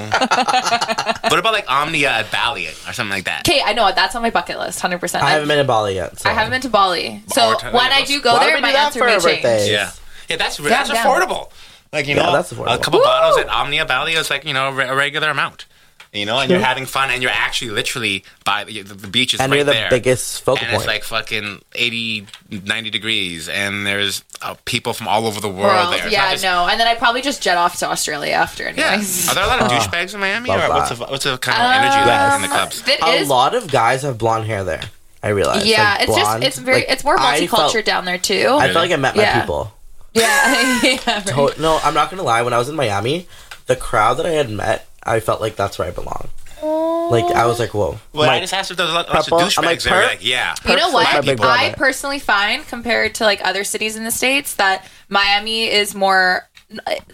what about like Omnia at Bali or something like that?
okay, I know that's on my bucket list. Hundred percent.
I haven't been to Bali yet. So.
I haven't been to Bali, so
we're talking
when I
about-
do go
Why
there,
would we
my
do that
answer
for
may
our
change.
birthday?
Yeah, yeah, that's
Down,
that's
down.
affordable. Like you
Yeah,
know,
that's
a
affordable.
couple
Woo!
bottles at Omnia Bali is like you know re- a regular amount. You know, and you're having fun, and you're actually literally by the, the beach is
And
right
you're the
there.
biggest focal
and
point.
it's like fucking 80 90 degrees and there's uh, people from all over the world,
World.
there It's not
Yeah,
just-
no. And then I probably just jet off to Australia after,
yeah
anyways.
are there a lot of douchebags in miami
Uh, love
or what's the,
that.
what's the kind of
Uh,
energy like in the clubs
That
a
is-
lot of guys have blonde hair there. I realize.
yeah,
Like,
it's
blonde.
just it's very
Like,
it's more
I
multicultural
felt-
down there too.
I felt like I met my
Yeah.
people.
yeah, yeah, right.
To- no, I'm not gonna lie. When I was in Miami, the crowd that I had met, I felt like that's where I belong. Like I was like, whoa.
well
My-
i just asked if there's a lot lots of
purple- I'm
douchebags
like,
there You're
perp?
like yeah
You know
Perks
what?
like my big
I
brother.
personally find compared to like other cities in the states that Miami is more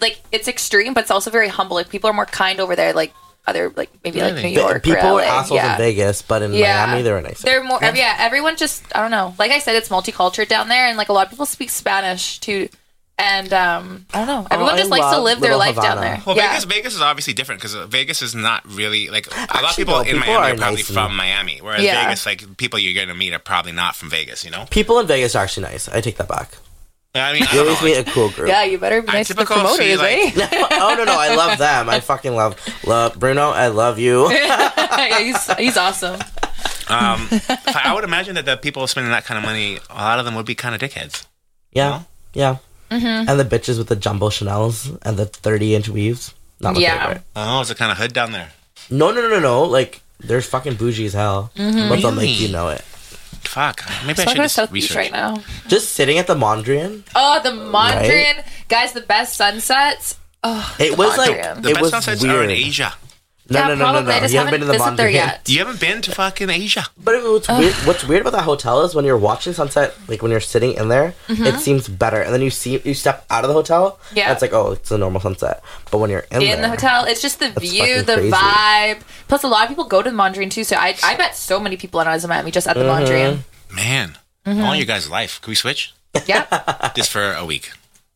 like it's extreme, but it's also very humble. Like people are more kind over there. Like other like maybe like New
Really?
Th-
York. or
people were
LA,
assholes
yeah.
in Vegas, but in
Yeah.
Miami they were nice.
They're more, yeah. Everyone just, I don't know. Like I said, it's multicultural down there, and like a lot of people speak Spanish too. And um, I don't know. Everyone
Oh, I
just likes to
love
live their
Little
life down
Havana.
there.
well,
yeah.
Vegas, Vegas is obviously different because Vegas is not really like a lot of
Actually,
people
no,
in
people
Miami
are
are probably
nice and-
from Miami, whereas
Yeah.
Vegas, like people you're going to meet are probably not from Vegas. You know,
People in Vegas are actually nice. I take that back.
I mean,
You
I don't know,
always meet a cool group.
yeah, you better be
I
nice to the
typical
promoters,
see,
eh?
like-
oh no no, I love them. I fucking love love Bruno. I love you.
eh? yeah, he's, he's awesome.
um, I would imagine that the people spending that kind of money, a lot of them would be kind of dickheads.
Yeah, yeah.
Mm-hmm.
And the bitches with the jumbo Chanel's and the thirty-inch weaves. Not my
Yeah.
favorite.
Oh, it's a kind of hood down there.
No no no no no. Like they're fucking bougie as hell,
Mm-hmm.
but they'll make
Really?
you know it.
Fuck. Maybe
So
I
I'm
should
going to
just
South
research.
Beach right now.
Just sitting at the Mondrian,
Oh, the Mondrian. Guys, the best sunsets. Oh,
it was like
Mondrian.
The
it
best
was
sunsets
weird.
are in Asia.
No,
yeah,
no, no,
probably.
no, no.
I just
you
haven't,
been to the
visited there
Mondrian.
yet.
You haven't been to fucking Asia.
But it- what's weird, what's weird about that hotel is when you're watching sunset, like when you're sitting in there, it seems better. And then you see you step out of the hotel,
Mm-hmm. Yeah.
and it's like oh, it's a normal sunset. But when you're in,
In
there,
the hotel, it's just the view,
fucking
the
crazy.
vibe. Plus, a lot of people go to the Mondrian too. So I, I met so many people when I was in Miami just at the
Uh-huh.
Mondrian.
Man,
Mm-hmm.
all your guys' life. Can we switch?
Yep.
Just for a week.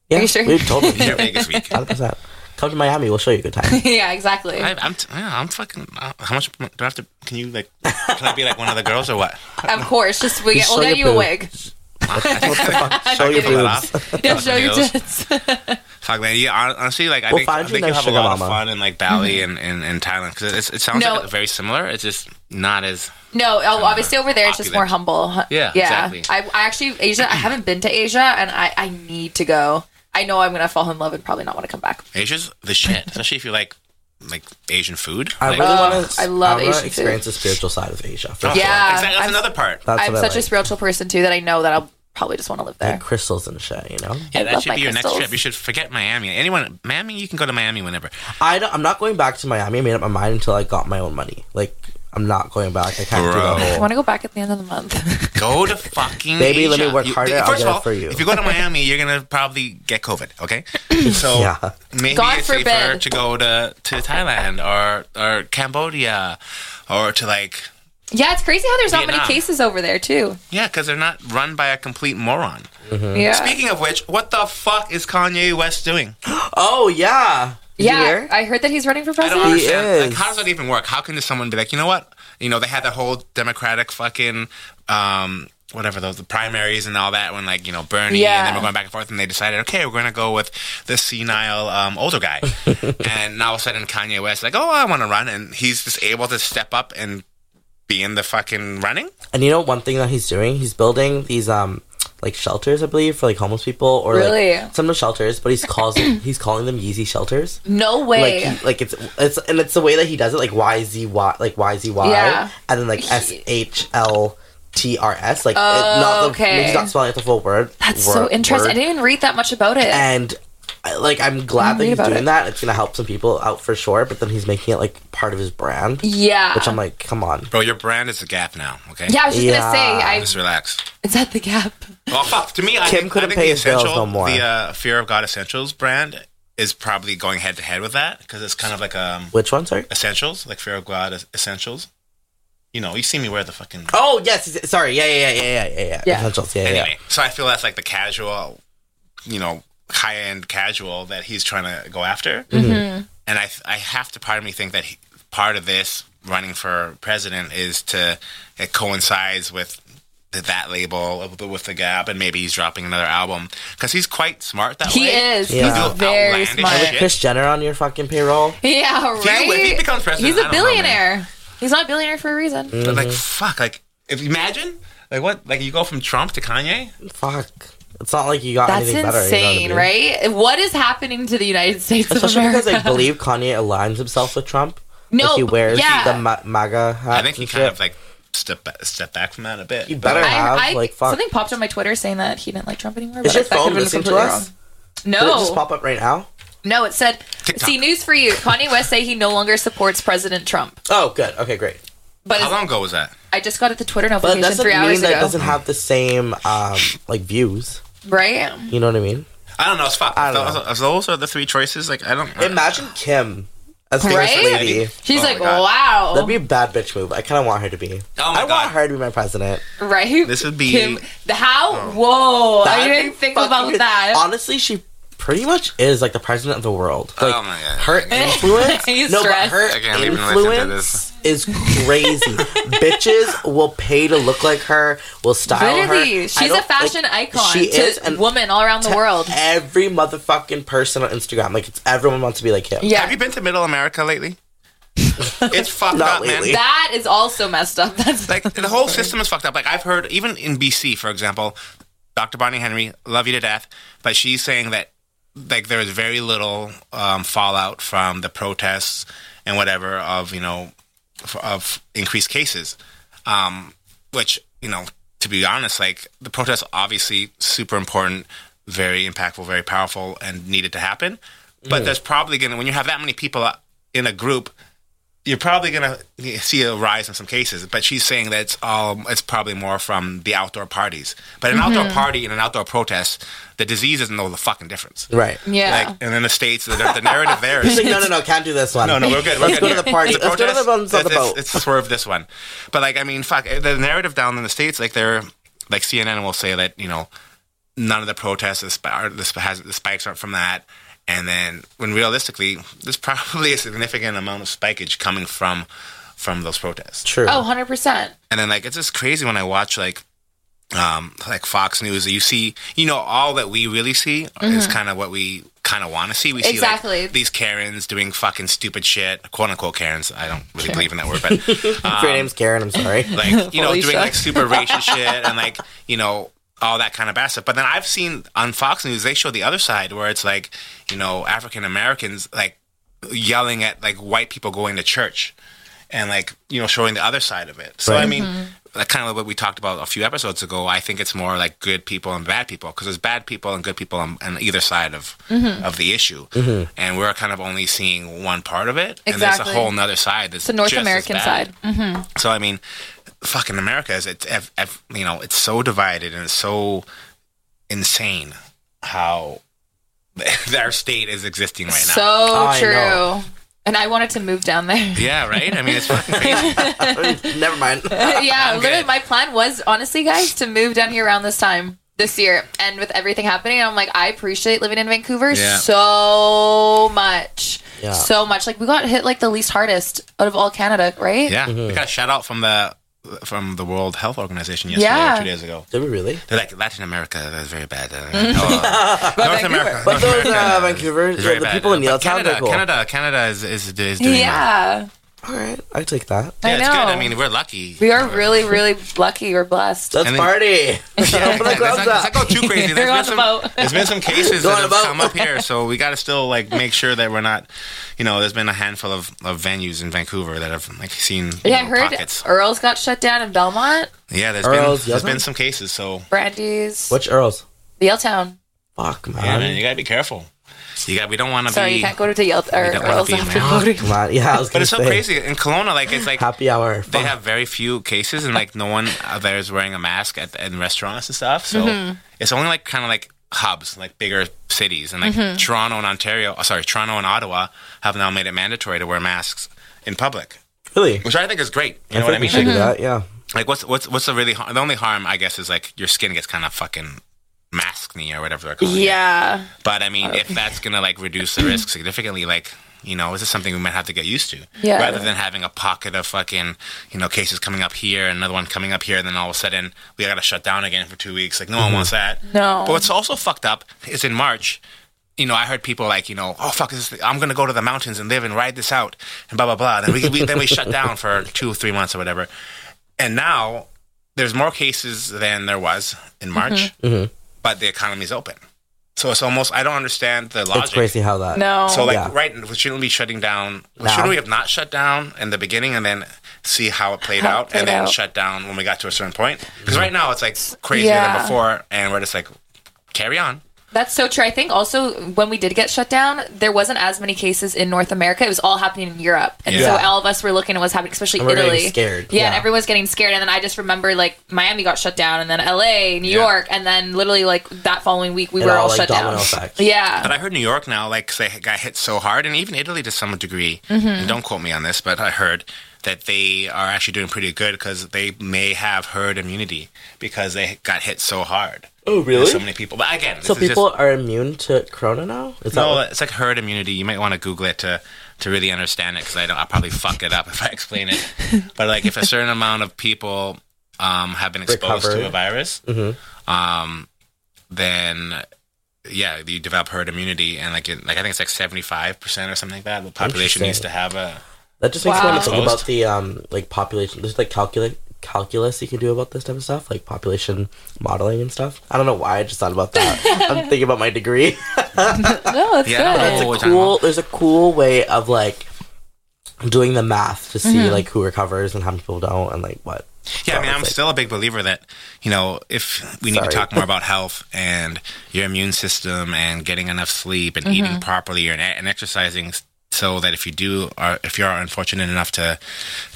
yeah,
you sure?
we totally
Your
did.
Vegas week.
hundred percent. Come to Miami, we'll show you a good time.
yeah, exactly.
I, I'm, t- yeah, I'm fucking. Uh, how much do I have to? Can you like? Can I be like one of the girls or what?
of course. Just we get,
Just
we'll
show
get you
your
a
boob.
wig.
show your
Pull that
boobs.
off.
Yeah, show your
nails.
tits.
Fuck man, yeah. hon- Honestly, like I
We'll
think, I
find you
think
a
you'll
nice
have a lot
sugar
of
mama.
fun in like Bali and, and, and Thailand because it, it sounds
No.
like very similar. It's just not as
No, oh, obviously over there it's just more
Opulent.
humble.
Yeah,
yeah.
exactly.
I, I actually Asia. I haven't been to Asia, and I I need to go. I know I'm gonna fall in love and probably not want to come back.
Asia's the shit, especially if you like like Asian food.
I
Like-
really
Oh,
want to.
I love
I wanna
Asian food.
experience the spiritual side of Asia.
Oh,
Yeah,
exactly. That's
I'm-
another part.
That's
I'm
what
such
I
a
like.
spiritual person too that I know that I'll probably just want to live there.
Like crystals and shit. You know,
Yeah,
love
that should
my
be your next
crystals.
trip. You should forget Miami. Anyone, Miami, you can go to Miami whenever.
I don't, I'm not going back to Miami. I made up my mind until I got my own money. Like I'm not going back. I can't
Bro.
do that
I
whole.
want to go back at the end of the month.
Go to fucking
Baby, let
Asia.
me work harder, I'll
first
get
of
it
all,
for you.
if you go to Miami, you're gonna probably get COVID. Okay, so
Yeah.
maybe
God
it's safer
forbid.
to go to to Thailand or or Cambodia or to like
yeah, it's crazy how there's not many
Vietnam.
cases over there too.
yeah, because they're not run by a complete moron.
Yeah.
Speaking of which, what the fuck is Kanye West doing?
Oh yeah. Did you
yeah,
hear?
I heard that he's running for
I don't
president.
understand. Like,
is.
how does that even work? How can just someone be like, you know what? You know, they had that whole Democratic fucking um, whatever those the primaries and all that when like you know Bernie
Yeah.
and then we're going back and forth and they decided okay we're going to go with the senile um, older guy and now all of a sudden Kanye West like oh I want to run and he's just able to step up and be in the fucking running.
And you know one thing that he's doing? He's building these um like shelters, I believe, for like homeless people or like,
Really?
some of the shelters, but he's calls he's calling them Yeezy shelters.
No
Like
way.
he, like it's it's and it's the way that he does it, like Y Z Y like Y Z Y
Yeah.
and then like S H L T R S. Like it, not the
Oh, okay.
he's not spelling out the full word.
That's
wor-
so interesting. I
word.
didn't even read that much about it.
And I- like I'm glad that
read
he's
about
doing
it.
that. It's gonna help some people out for sure. But then he's making it like part of his brand,
Yeah.
which I'm like, come on.
Bro, your brand is a gap now, okay?
yeah, I was just
Yeah.
gonna
Just
say, I,
relax.
it's at the gap.
Well, fuck, to me, I
Kim
think,
couldn't
I think
pay
the
his bills
essential-
no more.
The uh, Fear of God Essentials brand is probably going head to head with that because it's kind of like um,
Which one, sorry?
essentials, like Fear of God es- Essentials. You know, you see me wear the fucking.
Oh yes, yes, sorry. Yeah, yeah, yeah, yeah, yeah, yeah, yeah.
Yeah.
Essentials. Yeah,
Anyway, so I feel that's like the casual, you know, high end casual that he's trying to go after. Mm-hmm. And I, I have to part of me think that he, part of this running for president is to it coincides with the, that label of the- with the gap, and maybe he's dropping another album because he's quite smart that
He
way.
is.
He'll
Yeah.
do
Very
outlandish
smart.
yeah.
shit.
Chris Jenner on your fucking payroll.
Yeah,
He-
right.
if he becomes president,
He's a
I don't know, man.
billionaire. He's not a billionaire for a
Mm,
reason.
But
Mm-hmm.
like, fuck, like, if imagine, like, what, like, you go from Trump to Kanye?
Fuck. It's not like you got
That's
anything better.
insane,
you know what I mean?
right? What is happening to the United States of
Especially
America?
because I believe Kanye aligns himself with Trump.
No,
Like, he
but-
wears
yeah.
the ma- MAGA hat.
I think he
and
kind
shit.
of like step ba- step back from that a bit.
You
but-
better have
I, I,
like fuck.
something popped on my Twitter saying that he didn't like Trump anymore.
Is
but
your
that could
phone
have been
listening to
completely
us? Did it just
No,
pop up right now?
no. It said,
TikTok.
"See news for you: Kanye West say he no longer supports President Trump."
Oh, good. Okay, great.
But
How
it's-
long ago was that?
I just got it the Twitter
But that
notification
doesn't
three hours
mean that it
ago,
doesn't have the same um, like views.
right?
You know what I mean?
I don't know. It's fuck.
I don't
those, those are the three choices. Like, I don't.
Imagine Kim as the
Right?
lady.
She's
Oh
like,
my God.
"Wow,
That'd be a bad bitch move. I kind of want her to be.
Oh my
I
God.
want her to be my president.
right?"
This would be-
Kim, the how? Whoa! I
That'd
didn't
be
think
Oh. fucking
about
good.
that.
Honestly, she pretty much is like the president of the world. Like,
oh my god.
her influence.
He's
no,
stressed.
but her
I can't even listen to
influence is crazy. Bitches will pay to look like her. Will style
Literally,
her. I
she's
don't-
a
like,
fashion icon
She
to
is an
women all around the world.
Every motherfucking person on Instagram, like it's everyone wants to be like him.
Yeah.
Have you been to Middle America lately? it's fucked
Not
up,
lately.
man.
That is also messed up. That's
Like the whole system is fucked up. Like I've heard, even in BC, for example, Dr. Bonnie Henry, love you to death, but she's saying that like there is very little um, fallout from the protests and whatever of you know f- of increased cases, um, which you know to be honest, like the protests obviously super important, very impactful, very powerful, and needed to happen. But there's probably gonna when you have that many people in a group, you're probably gonna see a rise in some cases, but she's saying that it's all it's probably more from the outdoor parties. But an outdoor party and an outdoor protest, the disease doesn't know the fucking difference.
Right.
yeah.
Like, and in the states, the, the narrative there is
She's like, no, no, no, can't do this one.
no, no, we're good. We're
Let's
good.
go to the party.
It's a
Let's go to the
protest.
ones on the
It's- it's-
boat.
It's swerve this one, but like I mean, fuck eh, the narrative down in the states. Like they're like CNN will say that you know none of the protests is, are, the, sp- has, the spikes aren't from that, and then when realistically, there's probably a significant amount of spikage coming from from those protests.
True.
oh, 100%.
And then like it's just crazy when I watch like um like Fox News you see you know all that we really see is kind of what we kind of want to see. We see
Exactly.
like, these Karens doing fucking stupid shit, quote unquote Karens. I don't really believe in that word, but
If Your name's Karen. I'm sorry.
like you know
Holy
doing
shit.
like super racist shit and like you know all that kind of bad stuff. But then I've seen on Fox News they show the other side where it's like you know African Americans like yelling at like white people going to church and like you know showing the other side of it. So I
Right.
mean. Like kind of what we talked about a few episodes ago. I think it's more like good people and bad people because there's bad people and good people on, on either side of of the issue, and we're kind of only seeing one part of it. And there's
Exactly.
a whole nother side. That's
The North
just as
American
bad.
side. Mm-hmm.
So I mean, fucking America is it's ev- ev- you know it's so divided and it's so insane how their state is existing right now.
So
I
true.
know.
And I wanted to move down there.
yeah, right. I mean, it's fucking crazy.
Never mind.
yeah, literally,
good.
my plan was, honestly, guys, to move down here around this time this year. And with everything happening, I'm like, I appreciate living in Vancouver
Yeah.
so much.
Yeah.
So much. Like, we got hit like the least hardest out of all Canada, right?
yeah. We got a shout out from the from the World Health Organization yesterday,
Yeah.
or two days ago.
Did we really?
They're like Latin America is very bad. Uh, oh, North America,
But
North
those,
America
uh, Vancouver-
is very
yeah, the
bad.
people in Yaletown,
But Canada,
they're cool.
Canada, Canada is is, is doing. well.
Yeah.
All right, I take that.
yeah,
I
it's good.
know.
I mean, we're lucky.
We are really, really lucky. We're blessed.
Let's
And then-
party. Open the
Let's
clubs
not, let's not
up.
go too crazy. There's
They're on
been,
the
some,
boat.
there's been some cases
They're on
that have
the boat.
come up here, so we got to still like make sure that we're not, you know, there's been a handful of, of venues in Vancouver that have like seen you
Yeah, I
know,
heard
pockets.
Earl's got shut down in Belmont.
Yeah, there's
Earl's,
been there's
Yelton?
been some cases, so
Brandy's,
Which Earls?
the L Town.
Fuck,
yeah,
man.
man, you gotta be careful. You got. We don't want to be.
Sorry, you can't go to Yelp or
we don't wanna
Earl's
be
after
mad.
voting.
Come on, yeah, I was
But
gonna
it's so
say,
crazy in Kelowna. Like it's like
Happy hour.
they
Fuck.
have very few cases, and like no one out there is wearing a mask at in restaurants and stuff. So it's only like kind of like hubs, like bigger cities, and like Toronto and Ontario. oh, sorry, Toronto and Ottawa have now made it mandatory to wear masks in public,
really.
which I think is great. You
I
know what I
think we
mean?
should
Like,
do that. Yeah.
like, what's what's what's the really har- the only harm I guess is like your skin gets kind of fucking mask knee or whatever they're calling it.
Yeah.
But I
Oh.
mean, if that's gonna like reduce the risk significantly, like you know, is this something we might have to get used to?
Yeah.
Rather than having a pocket of fucking you know cases coming up here, another one coming up here, and then all of a sudden we gotta shut down again for two weeks. Like no one wants that.
Mm-hmm. No.
But what's also fucked up is in March. You know, I heard people like, you know, oh fuck, this is I'm gonna go to the mountains and live and ride this out and blah blah blah. And we, we then we shut down for two three months or whatever. And now there's more cases than there was in March, but the economy's open. So it's almost I don't understand the logic.
It's crazy how that.
No.
So like
Yeah.
right, we shouldn't be shutting down. we
No.
Shouldn't we have not shut down in the beginning and then see how it played
How it
out and
played
then
out.
shut down when we got to a certain point? Because
Mm-hmm.
right now it's like crazier
Yeah.
than before, and we're just like carry on.
That's so true. I think also when we did get shut down, there wasn't as many cases in North America. It was all happening in Europe, and
Yeah.
so all of us were looking at what was happening, especially
And we're
Italy.
getting scared.
Yeah, and
Yeah.
everyone's getting scared. And then I just remember like Miami got shut down, and then L.A., New
Yeah.
York, and then literally like that following week we
It
were
all,
all,
like,
shut down.
domino effect.
But
Yeah,
I heard New York now, like 'cause they got hit so hard, and even Italy to some degree.
Mm-hmm.
And don't quote me on this, but I heard that they are actually doing pretty good because they may have herd immunity because they got hit so hard.
Oh
There's
really?
So many people. But again,
So
this is just-
people are immune to corona now? Is that
No,
what-
it's like herd immunity. You might want to Google it to to really understand it because I don't. I'll probably fuck it up if I explain it. But like, if a certain amount of people um, have been exposed
Recover.
to a virus, um, then yeah, you develop herd immunity, and like, it, like I think it's like seventy five percent or something like that. The population
Interesting.
needs to have a.
that just makes me want to
Wow.
think about the um like population there's like calculate calculus you can do about this type of stuff, like population modeling and stuff. I don't know why I just thought about that. I'm thinking about my degree.
no, that's
Yeah, I don't know what
good.
we're talking
cool
about.
there's a cool way of like doing the math to see like who recovers and how many people don't and like what.
Mm-hmm. Yeah, I mean,
it's
I'm
like-
still a big believer that you know if we need
Sorry.
to talk more about health and your immune system and getting enough sleep and
Mm-hmm.
eating properly and, and exercising, so that if you do or if you are unfortunate enough to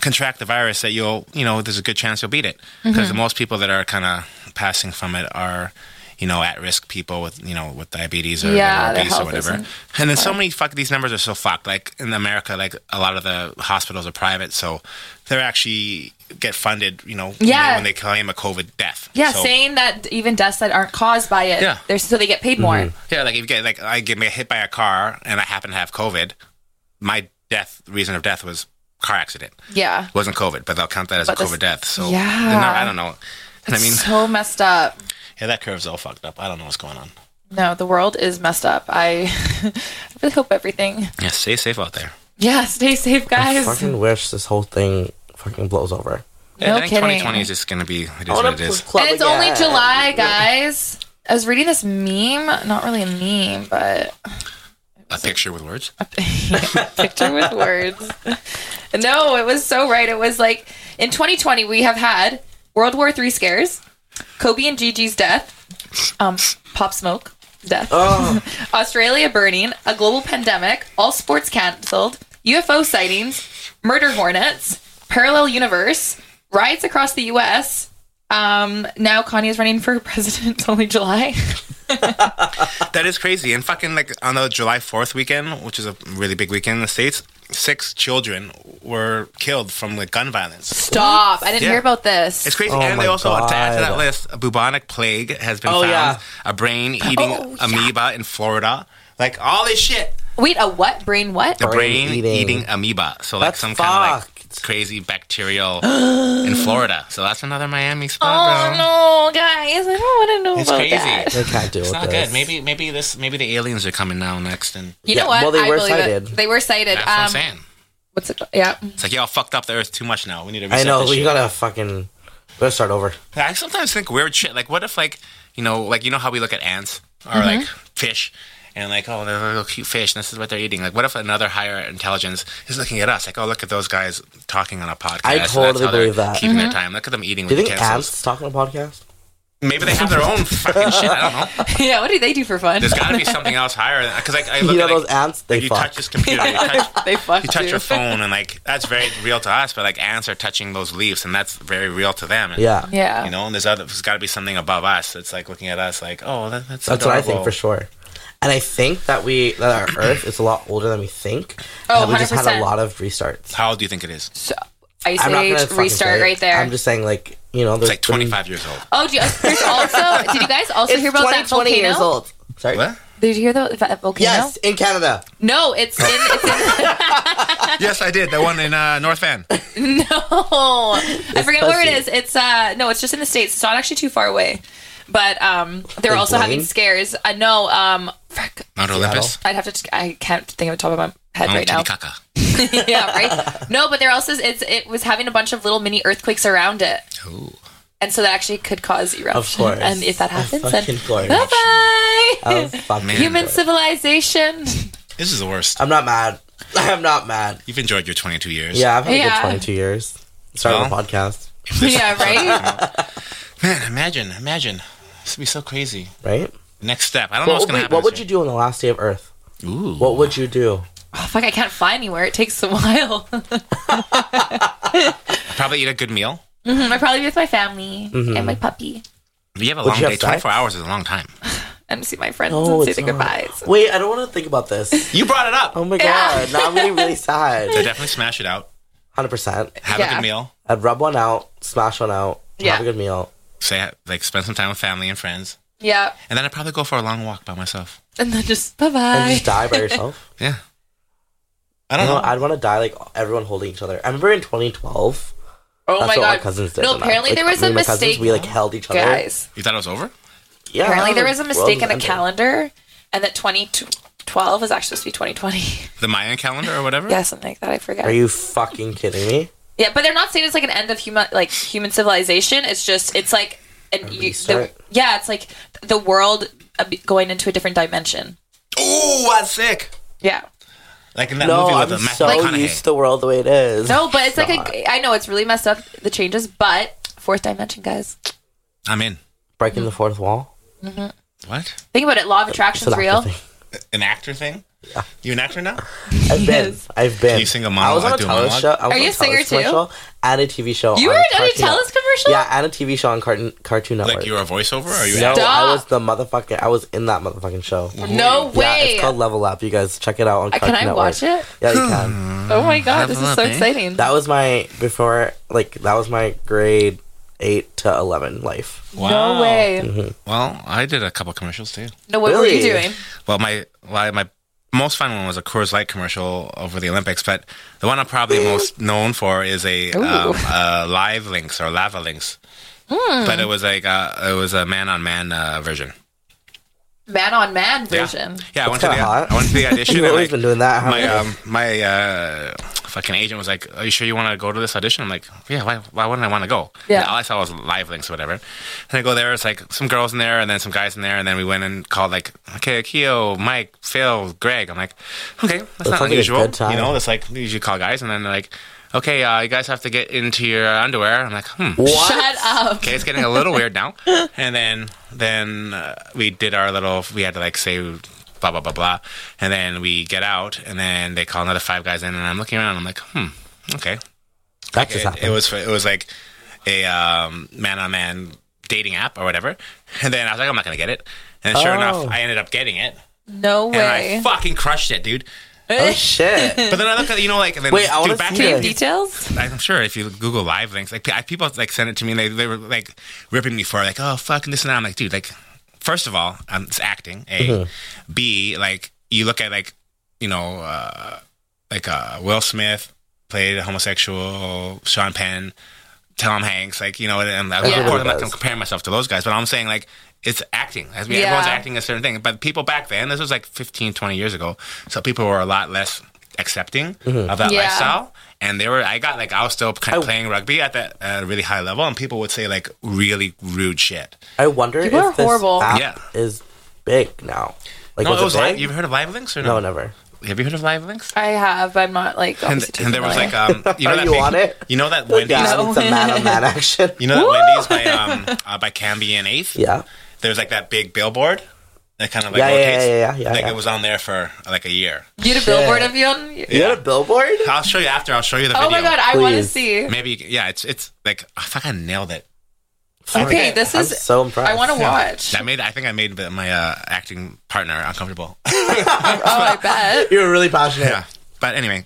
contract the virus, that you'll you know there's a good chance you'll beat it because
Mm-hmm.
the most people that are kind of passing from it are. You know, at risk people with you know with diabetes or
Yeah, their
obese or
health
whatever,
isn't-
and then so many fuck these numbers are so fucked. Like in America, like a lot of the hospitals are private, so they're actually get funded. You know, when
Yeah.
they- when they claim a COVID death.
Yeah,
so,
saying that even deaths that aren't caused by it,
Yeah.
they're so they get paid more.
Mm-hmm.
Yeah, like if you get like I get me hit by a car and I happen to have COVID, my death reason of death was car accident.
Yeah,
It wasn't COVID, but they'll count that as
But
a
this-
COVID death. So
Yeah.
they're not- I don't know. And I mean,
so messed up.
yeah, that curve's all fucked up. I don't know what's going on.
No, the world is messed up. I, I really hope everything.
Yeah, stay safe out there.
Yeah, stay safe,
I
guys.
fucking wish this whole thing fucking blows over.
No
I think
kidding.
2020 is just gonna be it is what it is.
club
and it's only July, guys. I was reading this meme, not really a meme, but
A picture with words.
picture with words. No, it was so right. It was like in 2020 we have had World War Three scares, Kobe and Gigi's death, um, Pop Smoke death,
Oh,
Australia burning, a global pandemic, all sports canceled, UFO sightings, murder hornets, parallel universe, riots across the U.S. Um, now Kanye is running for president. It's only July.
That is crazy. And fucking like on the July 4th weekend, which is a really big weekend in the States, six children were killed from like gun violence.
Stop! I didn't
Yeah.
hear about this.
It's crazy.
Oh
and they
my
also, to add to that
God.
list, a bubonic plague has been
Oh,
found.
yeah.
A brain eating
Oh, yeah.
amoeba in Florida. Like all this shit.
Wait, a what? Brain what?
A
Brain
brain,
eating.
eating. amoeba. So like
That's
some kind of
fucked.
like crazy bacterial in Florida. So that's another Miami spot, bro.
Oh no, guys! I don't want to know
It's
about
crazy.
that.
they can't deal
It's
with
not
this.
good. Maybe maybe this maybe the aliens are coming now next and
You
Yeah,
know what?
well, they were
believe it.
cited.
They were cited.
that's what I'm
um,
saying.
what's it? called? Yeah.
It's like y'all fucked up the earth too much now. We need to reset
I know
this
we
shit.
gotta fucking gotta start over.
I sometimes think weird shit. Like, what if, like, you know, like you know how we look at ants or like fish, and like, oh, they're little cute fish, and this is what they're eating. Like, what if another higher intelligence is looking at us? Like, oh, look at those guys talking on a podcast.
I
and that's how
totally
they're
believe that.
Keeping their time. Look at them eating
Do
with
you think
utensils.
ants talk on a podcast?
Maybe they have their own fucking shit. I don't know.
yeah, what do they do for fun?
There's got to be something else higher than because I, I look
you know
at
those
like,
ants? They
you
fuck.
touch this computer, you touch,
they fuck
you touch
too.
your phone, and like that's very real to us. But like ants are touching those leaves, and that's very real to them. And,
yeah.
Yeah.
you know, and there's other. There's got to be something above us. It's like looking at us, like oh, that, that's
That's what I think
adorable.
for sure. And I think that we that our Earth is a lot older than we think.
Oh,
and we just had a
100%.
lot of restarts.
How old do you think it is? It's
So, Ice
I'm not gonna
Age
fucking say
restart
it.
right there.
I'm just saying, like you know, there's
like 25 years old.
oh, do you, there's also. Did you guys also
It's
hear about that
20
volcano?
years old. Sorry.
What?
Did you hear the that volcano?
Yes, in Canada.
No, it's in. It's in
yes, I did. That one in uh, North Van.
no, I forget where it
pussy.
is. It's uh no, it's just in the states. It's not actually too far away, but um they're
Like
also having
Blaine?
scares. I know. Um, frick,
Mount Olympus.
I'd have to. I can't think of the top of my head
Mount
right now.
Titicaca.
yeah, right. No, but they're also it's it was having a bunch of little mini earthquakes around it,
Ooh.
and so that actually could cause eruption.
course.
and if that
Of
happens,
fucking
then
course.
bye bye.
Of fucking
Man.
Human
course.
civilization.
This is the worst.
I'm not mad. I'm not mad.
You've enjoyed your 22 years.
Yeah, I've had a
Yeah.
good 22 years. Starting
Well.
the podcast,
yeah, right.
Man, imagine, imagine. This would be so crazy.
right?
Next step. I don't know
What,
what's
would,
going to
we-
happen.
what would you do on the last day of Earth?
you? Ooh.
What would you do?
Oh, fuck, I can't fly anywhere. It takes a while.
Probably eat a good meal.
Mhm, I'd probably be with my family
Mm-hmm.
and my puppy.
You have a
Would
long
you have
day. 24
sex?
hours is a long time.
and see my friends
No,
and say
it's
the
not.
goodbyes.
Wait, I don't want to think about this.
You brought it up.
Oh my
Yeah.
god, now I'm getting really
So
sad.
definitely smash it out.
100%.
Have a
Yeah.
good meal.
I'd rub one out, smash one out,
Yeah.
have a good meal.
Say like spend some time with family and friends,
Yeah,
and then I'd probably go for a long walk by myself.
and then just bye
And
bye.
just die by yourself.
Yeah. I don't
No,
know.
I'd want to die like everyone holding each other. I remember in 2012,
Oh
that's
my
what my
god!
cousins did.
no,
and I-
apparently
like,
there was
me
a
and my cousins,
mistake,
we like held each other.
guys.
you thought it was over?
Yeah,
Apparently there was a
the
mistake
world
in the
ended.
calendar, and that 2012 is actually supposed to be 2020.
The Mayan calendar or whatever?
yeah, something like that. I forget.
Are you fucking kidding me?
yeah, but they're not saying it's like an end of human like human civilization. It's just it's like an you, the,
restart?
yeah, it's like the world uh, be- going into a different dimension.
Ooh, that's sick.
Yeah.
Like in that
No,
movie with
I'm
the
so
Matthew McConaughey.
used to the world the way it is.
No, but it's like
God.
a, I know it's really messed up the changes, but fourth dimension, guys.
I'm in.
breaking the fourth wall.
What?
Think about it. Law of
It's
attraction's
an
real.
actor thing.
An actor thing? You an actor now?
I've been.
Yes.
I've been.
Can you sing a
I was
monologue?
on a
Do a
Telus
monologue?
show. I was
Are you
on
a singer
Telus
too?
commercial And a TV show.
You
on
were in a
Cartoon Network.
Telus commercial?
Yeah, and a TV show on Cartoon Cartoon Network.
Like you're a voiceover? Or are you
no,
Stop.
I was the motherfucking. I was in that motherfucking show.
No
Yeah,
way.
it's called Level Up. You guys check it out on
Uh,
Cartoon
Can I
Network.
watch it?
Yeah, you can.
Oh my god, this is
Level
so
up, eh?
exciting.
That was my before. Like that was my grade eight to eleven life.
Wow.
No way.
Well, I did a couple commercials too.
No, what were you
Mm-hmm. Really?
doing?
Well, my my my most fun one was a Coors Light commercial over the Olympics, but the one I'm probably most known for is a um, uh, Live Links or Lava Links. But it was like uh, it was a man on man uh, version.
Man on man
Yeah.
version.
Yeah, I went,
That's
to
kinda
the,
hot.
I went to the audition.
You've
and,
always
like,
been doing that. haven't
my
you?
um, my uh, fucking agent was like, "Are you sure you want to go to this audition?" I'm like, "Yeah, why, why wouldn't I want to go?"
Yeah.
And all I saw was live links or whatever. And I go there, it's like some girls in there, and then some guys in there, and then we went and called like, "Okay, Akio, Mike, Phil, Greg." I'm like, "Okay, that's, not
like a
unusual."
good time.
You know, that's like we usually call guys, and then they're like, "Okay, uh, you guys have to get into your underwear." I'm like, "Hmm."
What?
Shut up.
Okay, it's getting a little weird now. And then then uh, we did our little. We had to like say blah blah blah blah, and then we get out, and then they call another five guys in, and I'm looking around, and I'm like, hmm, okay.
that just
It,
happened.
it was it was like a um, man on man dating app or whatever. And then I was like, I'm not gonna get it. And sure
Oh.
enough, I ended up getting it,
No
and I
way.
fucking crushed it, dude.
oh shit!
But then I look at you know like and then
Wait, I
dude,
wanna
back
see
in-
this.
Details?
I'm sure if you Google live links, like I, people like send it to me, and they they were like ripping me for it, like oh fuck this and that. I'm like dude, like first of all, um, it's acting. A,
Mm-hmm.
B, like you look at like you know uh, like uh, Will Smith played a homosexual, Sean Penn, Tom Hanks, like you know, and, and
Everybody
of course I'm not
does.
comparing myself to those guys, but I'm saying like. It's acting. I mean,
Yeah.
Everyone's acting a certain thing. But people back then, this was like 15, 20 years ago. So people were a lot less accepting of that
Yeah.
lifestyle and they were I got like I was still kind of
Mm-hmm. I-
playing rugby at that uh, really high level, and people would say like really rude shit.
I wonder
People are
if this
horrible.
app
Yeah.
is big now. Like
No,
was
it was
it
live.
big?
You've heard of Live Links or
no,
no?
never.
Have you heard of Live Links?
I have, but I'm not like.
And,
obviously too
and there was like
familiar.
um, you know
Are
that
you
big-
on it?
You know that
Wendy's.
Wendy's.
Yeah, it's a man on man action.
You know that Wendy's by um uh, by Cambie and Eighth.
yeah.
There's like that big billboard that kind of like
Yeah, yeah,
rotates.
yeah, yeah, yeah,
like
yeah.
it was on there for like a year.
you had a billboard of you on.
You had a billboard?
I'll show you after. I'll show you the video.
Oh my god, I want to
Please.
see.
Maybe you can- yeah, it's it's like I fucking nailed it.
Okay, this
I'm
is.
so impressed.
I want to
to.
watch.
That made I think I made my uh, acting partner uncomfortable.
Oh, I bet.
You're really passionate.
yeah, but anyway,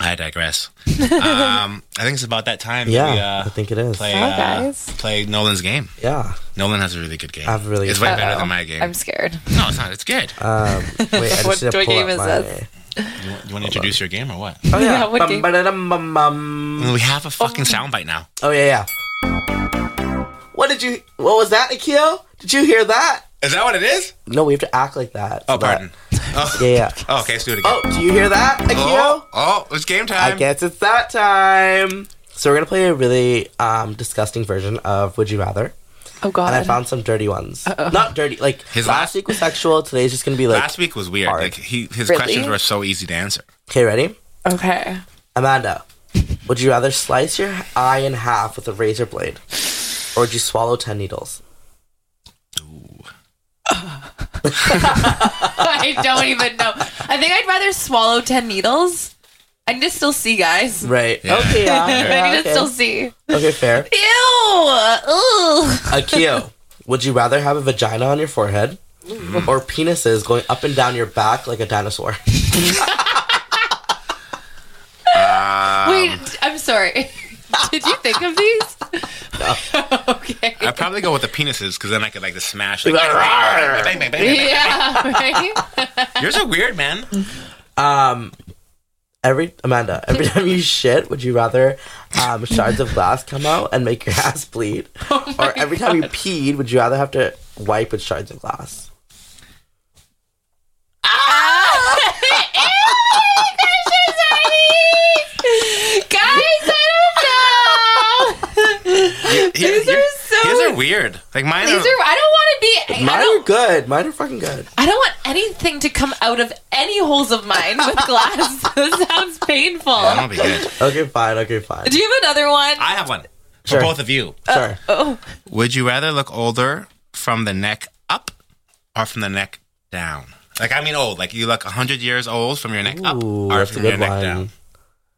I digress. um, I think it's about that time. that
Yeah,
we,
I think it is.
play
Hi,
uh,
guys.
play Nolan's game.
Yeah.
Nolan has a really good game.
I have really-
it's way better
Uh-oh.
than my game.
I'm scared.
no, it's not. It's good.
Um, wait, I just
What
need to
toy
pull
game
up
is
my-
this?
you, want- you want to introduce your game or what?
Oh yeah.
Yeah, what
Bum,
game?
ba-da-dum, bum, bum.
We have a fucking soundbite now.
Oh yeah, yeah. What did you? What was that, Akio? Did you hear that?
Is that what it is?
No, we have to act like that.
Oh,
so that-
pardon. Oh,
Yeah, yeah.
oh, okay, let's do it again.
Oh, do you hear that, Akio?
oh, oh, it's game time.
I guess it's that time. So we're gonna play a really um, disgusting version of Would You Rather,
Oh god.
and I found some dirty ones. Not dirty, like
His
last,
last-
week was sexual. Today's just gonna be like,
Last week was weird.
Hard.
Like he, his
Really?
questions were so easy to answer.
okay, ready?
okay.
Amanda, would you rather slice your eye in half with a razor blade, or would you swallow ten needles?
I don't even know. I think I'd rather swallow ten needles. I need to still see, guys.
Right.
Yeah.
Okay. Yeah. yeah,
I need to
okay.
still see.
okay. Fair.
Ew. Ugh.
Akio, would you rather have a vagina on your forehead or penises going up and down your back like a dinosaur? Uh,
Um.
Wait, I'm sorry. Did you think of these? okay.
I'd probably go with the penises because then I could like just smash. Like, bang, bang, bang, bang.
Yeah, right?
Yours are weird, man.
Um, every Amanda, every time you shit, would you rather um, shards of glass come out and make your ass bleed,
Oh
or every time you peed, would you rather have to wipe with shards of glass?
Guys, I don't know.
Here-
These are
here-
so-
His are weird. Like mine
These
are.
are, I don't want to be. I
Mine are
don't,
good. Mine are fucking good.
I don't want anything to come out of any holes of mine with glass. that sounds painful.
That'll be good.
Okay, fine. Okay, fine.
Do you have another one?
I have one
Sure.
for both of you.
Sure.
oh,
Would you rather look older from the neck up or from the neck down? Like I mean, old. Like you look hundred years old from your neck up
Ooh,
oh.
or
that's a
from your
good
neck
one.
down.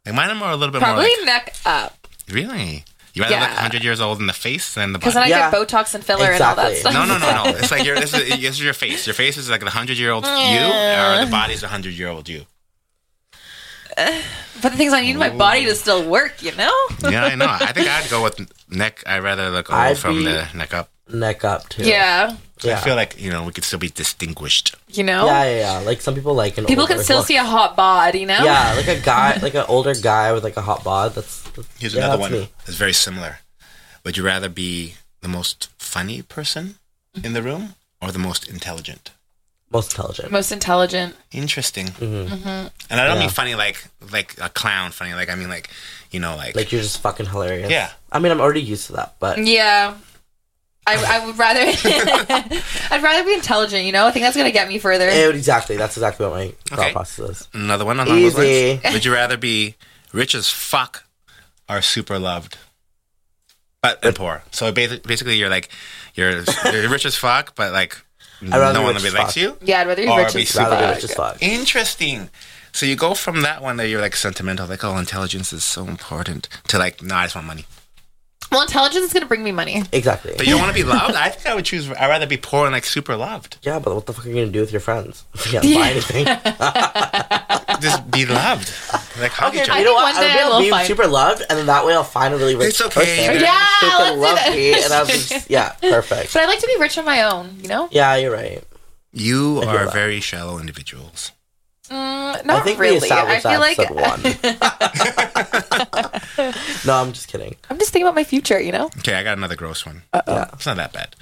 Like mine are more a little bit
probably
more. Like,
neck up.
really? You rather look
Yeah.
hundred years old in the face than the body?
Because then I
Yeah.
get Botox and filler and all
Exactly.
that stuff.
No, no, no, no. It's like your this is, this is your face. Your face is like the hundred year old you, or the body's a hundred year old you.
But the things I need my body to still work, you know?
Yeah, I know. I think I'd go with neck. I'd rather look old
I'd
from
be-
the neck up.
Neck up too.
Yeah.
Yeah.
I feel like you know we could still be distinguished.
You know?
yeah, yeah, yeah. Like some people like an
People
older
can still
look.
see a hot bod, you know?
Yeah, like a guy, like an older guy with like a hot bod. That's, that's
Here's
yeah,
another
that's
one
me.
that's very similar. Would you rather be the most funny person in the room or the most intelligent?
Most intelligent.
Most intelligent.
Interesting. Mm-hmm. And I don't mean
Yeah.
funny like like a clown funny. Like I mean like you know like,
Like you're just fucking hilarious.
Yeah.
I mean, I'm already used to that, but
Yeah. I, I would rather I'd rather be intelligent, you know? I think that's gonna get me further.
Eh, exactly. That's exactly what my
Okay.
thought process is.
another one along those
Easy.
lines. Would you rather be rich as fuck or super loved? But and poor. So basi- basically, you're like you're, you're rich as fuck, but like
rather
no
be
one
rich
really
as
likes
fuck.
you.
yeah, I'd rather be
Or
rich
Oh, be
as
super
Rather be
fuck.
rich as fuck.
Interesting. So you go from that one that you're like sentimental, like oh, intelligence is so important, to like no, I just want money.
Well, intelligence is gonna bring me money.
Exactly.
But you don't want to be loved. I think I would choose. I'd rather be poor and like super loved.
yeah, but what the fuck are you gonna do with your friends? You can't buy anything.
Just be loved. Like hug each
I
you know
other.
think
what?
one
I
day
would be
I
able
will
to be
find-
super loved, and then that way I'll find a really rich
It's okay.
person.
Yeah,
who can
let's do
love me,
that.
and I'll just yeah, perfect.
But I like to be rich on my own, you know?
Yeah, you're right.
You
hear
are
that.
very shallow individuals.
Mm,
I
not
think we
really. I
established
feel
that
like
episode one. no, I'm just kidding.
I'm just thinking about my future, you know?
Okay, I got another gross one.
Yeah.
It's not that bad.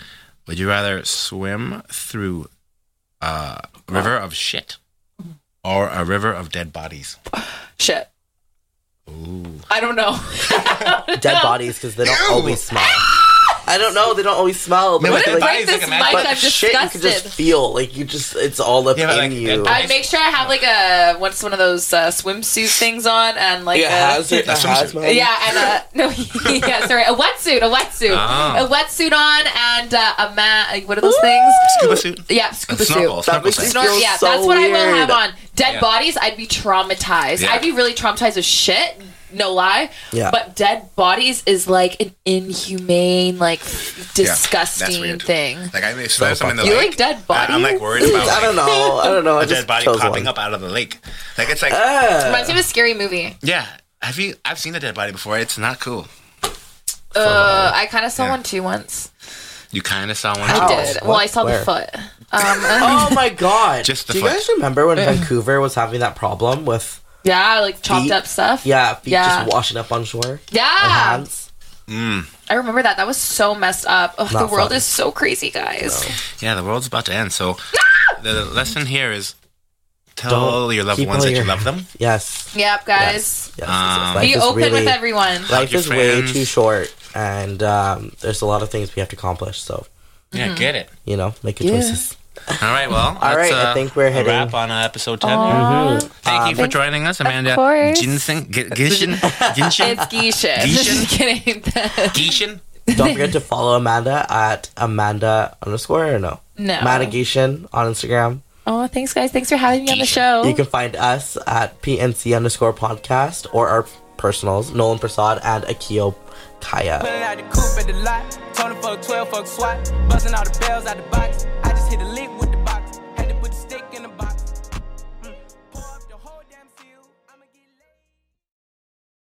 Would you rather swim through a river of shit or a river of dead bodies?
Shit.
Ooh.
I don't know.
Dead bodies because they don't
Ew.
always smell. I don't know. They don't always smell. But I
No, but
feel
the
like,
body's like
break this
a magic-
but
mic. I'm
shit, you can
disgusted.
just feel like you just it's all up
Yeah, but,
in
like,
you.
that-
I make sure I have like a what's one of those uh, swimsuit things on and like
yeah,
a,
hazard,
that's what I'm
hazmat.
yeah and a no yeah sorry a wetsuit a wetsuit
Ah.
a wetsuit on and uh, a mat what are those things
Scuba suit.
yeah scuba
And snorkel.
suit
That
Snorkel
makes me
suit.
feel
Snor- yeah
so
that's what I will have
weird.
on dead
Yeah.
bodies I'd be traumatized
Yeah.
I'd be really traumatized with shit no lie
Yeah.
but dead bodies is like an inhumane like
that's
disgusting
weird. Uh,
thing
Like I if there's something in the
you
lake,
like dead
I-
bodies
I'm like worried about
I don't know. I don't know. I
a
just
dead body
chose
popping
one.
up out of the lake. Like it's
Uh.
like
Ah.
reminds me of a scary movie
yeah. Have you? I've seen a dead body before. It's not cool.
Uh, I kind of saw
Yeah.
one too once.
You kind of saw one.
I
Wow.
did. Well, I saw
Where?
the foot. Um,
oh my god!
Just the
Do you
foot.
guys remember when Vancouver was having that problem with
yeah, like chopped
Feet?
up stuff.
yeah feet
Yeah. Ah.
just washing up on shore?
Yeah.
And hands.
I remember that. That was so messed up. Ugh, the
Not
world
fun.
is so crazy, guys.
Yeah, the world's about to end. So the lesson here is tell
Don't
your loved
keep
ones
all
that you
your-
love them.
Yes.
Yep, guys.
Yes. yes,
Um,
yes. Life
Be
is
open
really-
with everyone.
Life
your
is way
friends.
too short, and um, there's a lot of things we have to accomplish. So
Yeah,
Mm-hmm.
get it.
you know, make your
Yeah.
choices.
All right, well,
All
that's,
right, I
uh,
think we're
a
hitting-
wrap on uh, episode ten.
Aw,
Thank you for
Um,
joining us, Amanda.
course.
Ginseng, G- Gishin, Ginshin,
It's geisha.
Geisha?
Just kidding.
Gishin.
Don't forget to follow Amanda at Amanda underscore or no
no.
Madagation on Instagram.
Oh, thanks, guys. Thanks for having me on the
Geisha.
show.
You can find us at PNC underscore podcast or our personals Nolan Prasad and Akio Kaya.
Pulling out the coupe at the lot. Tony fuck 12, fuck SWAT. Buzzing all the bells out the box. I Mm.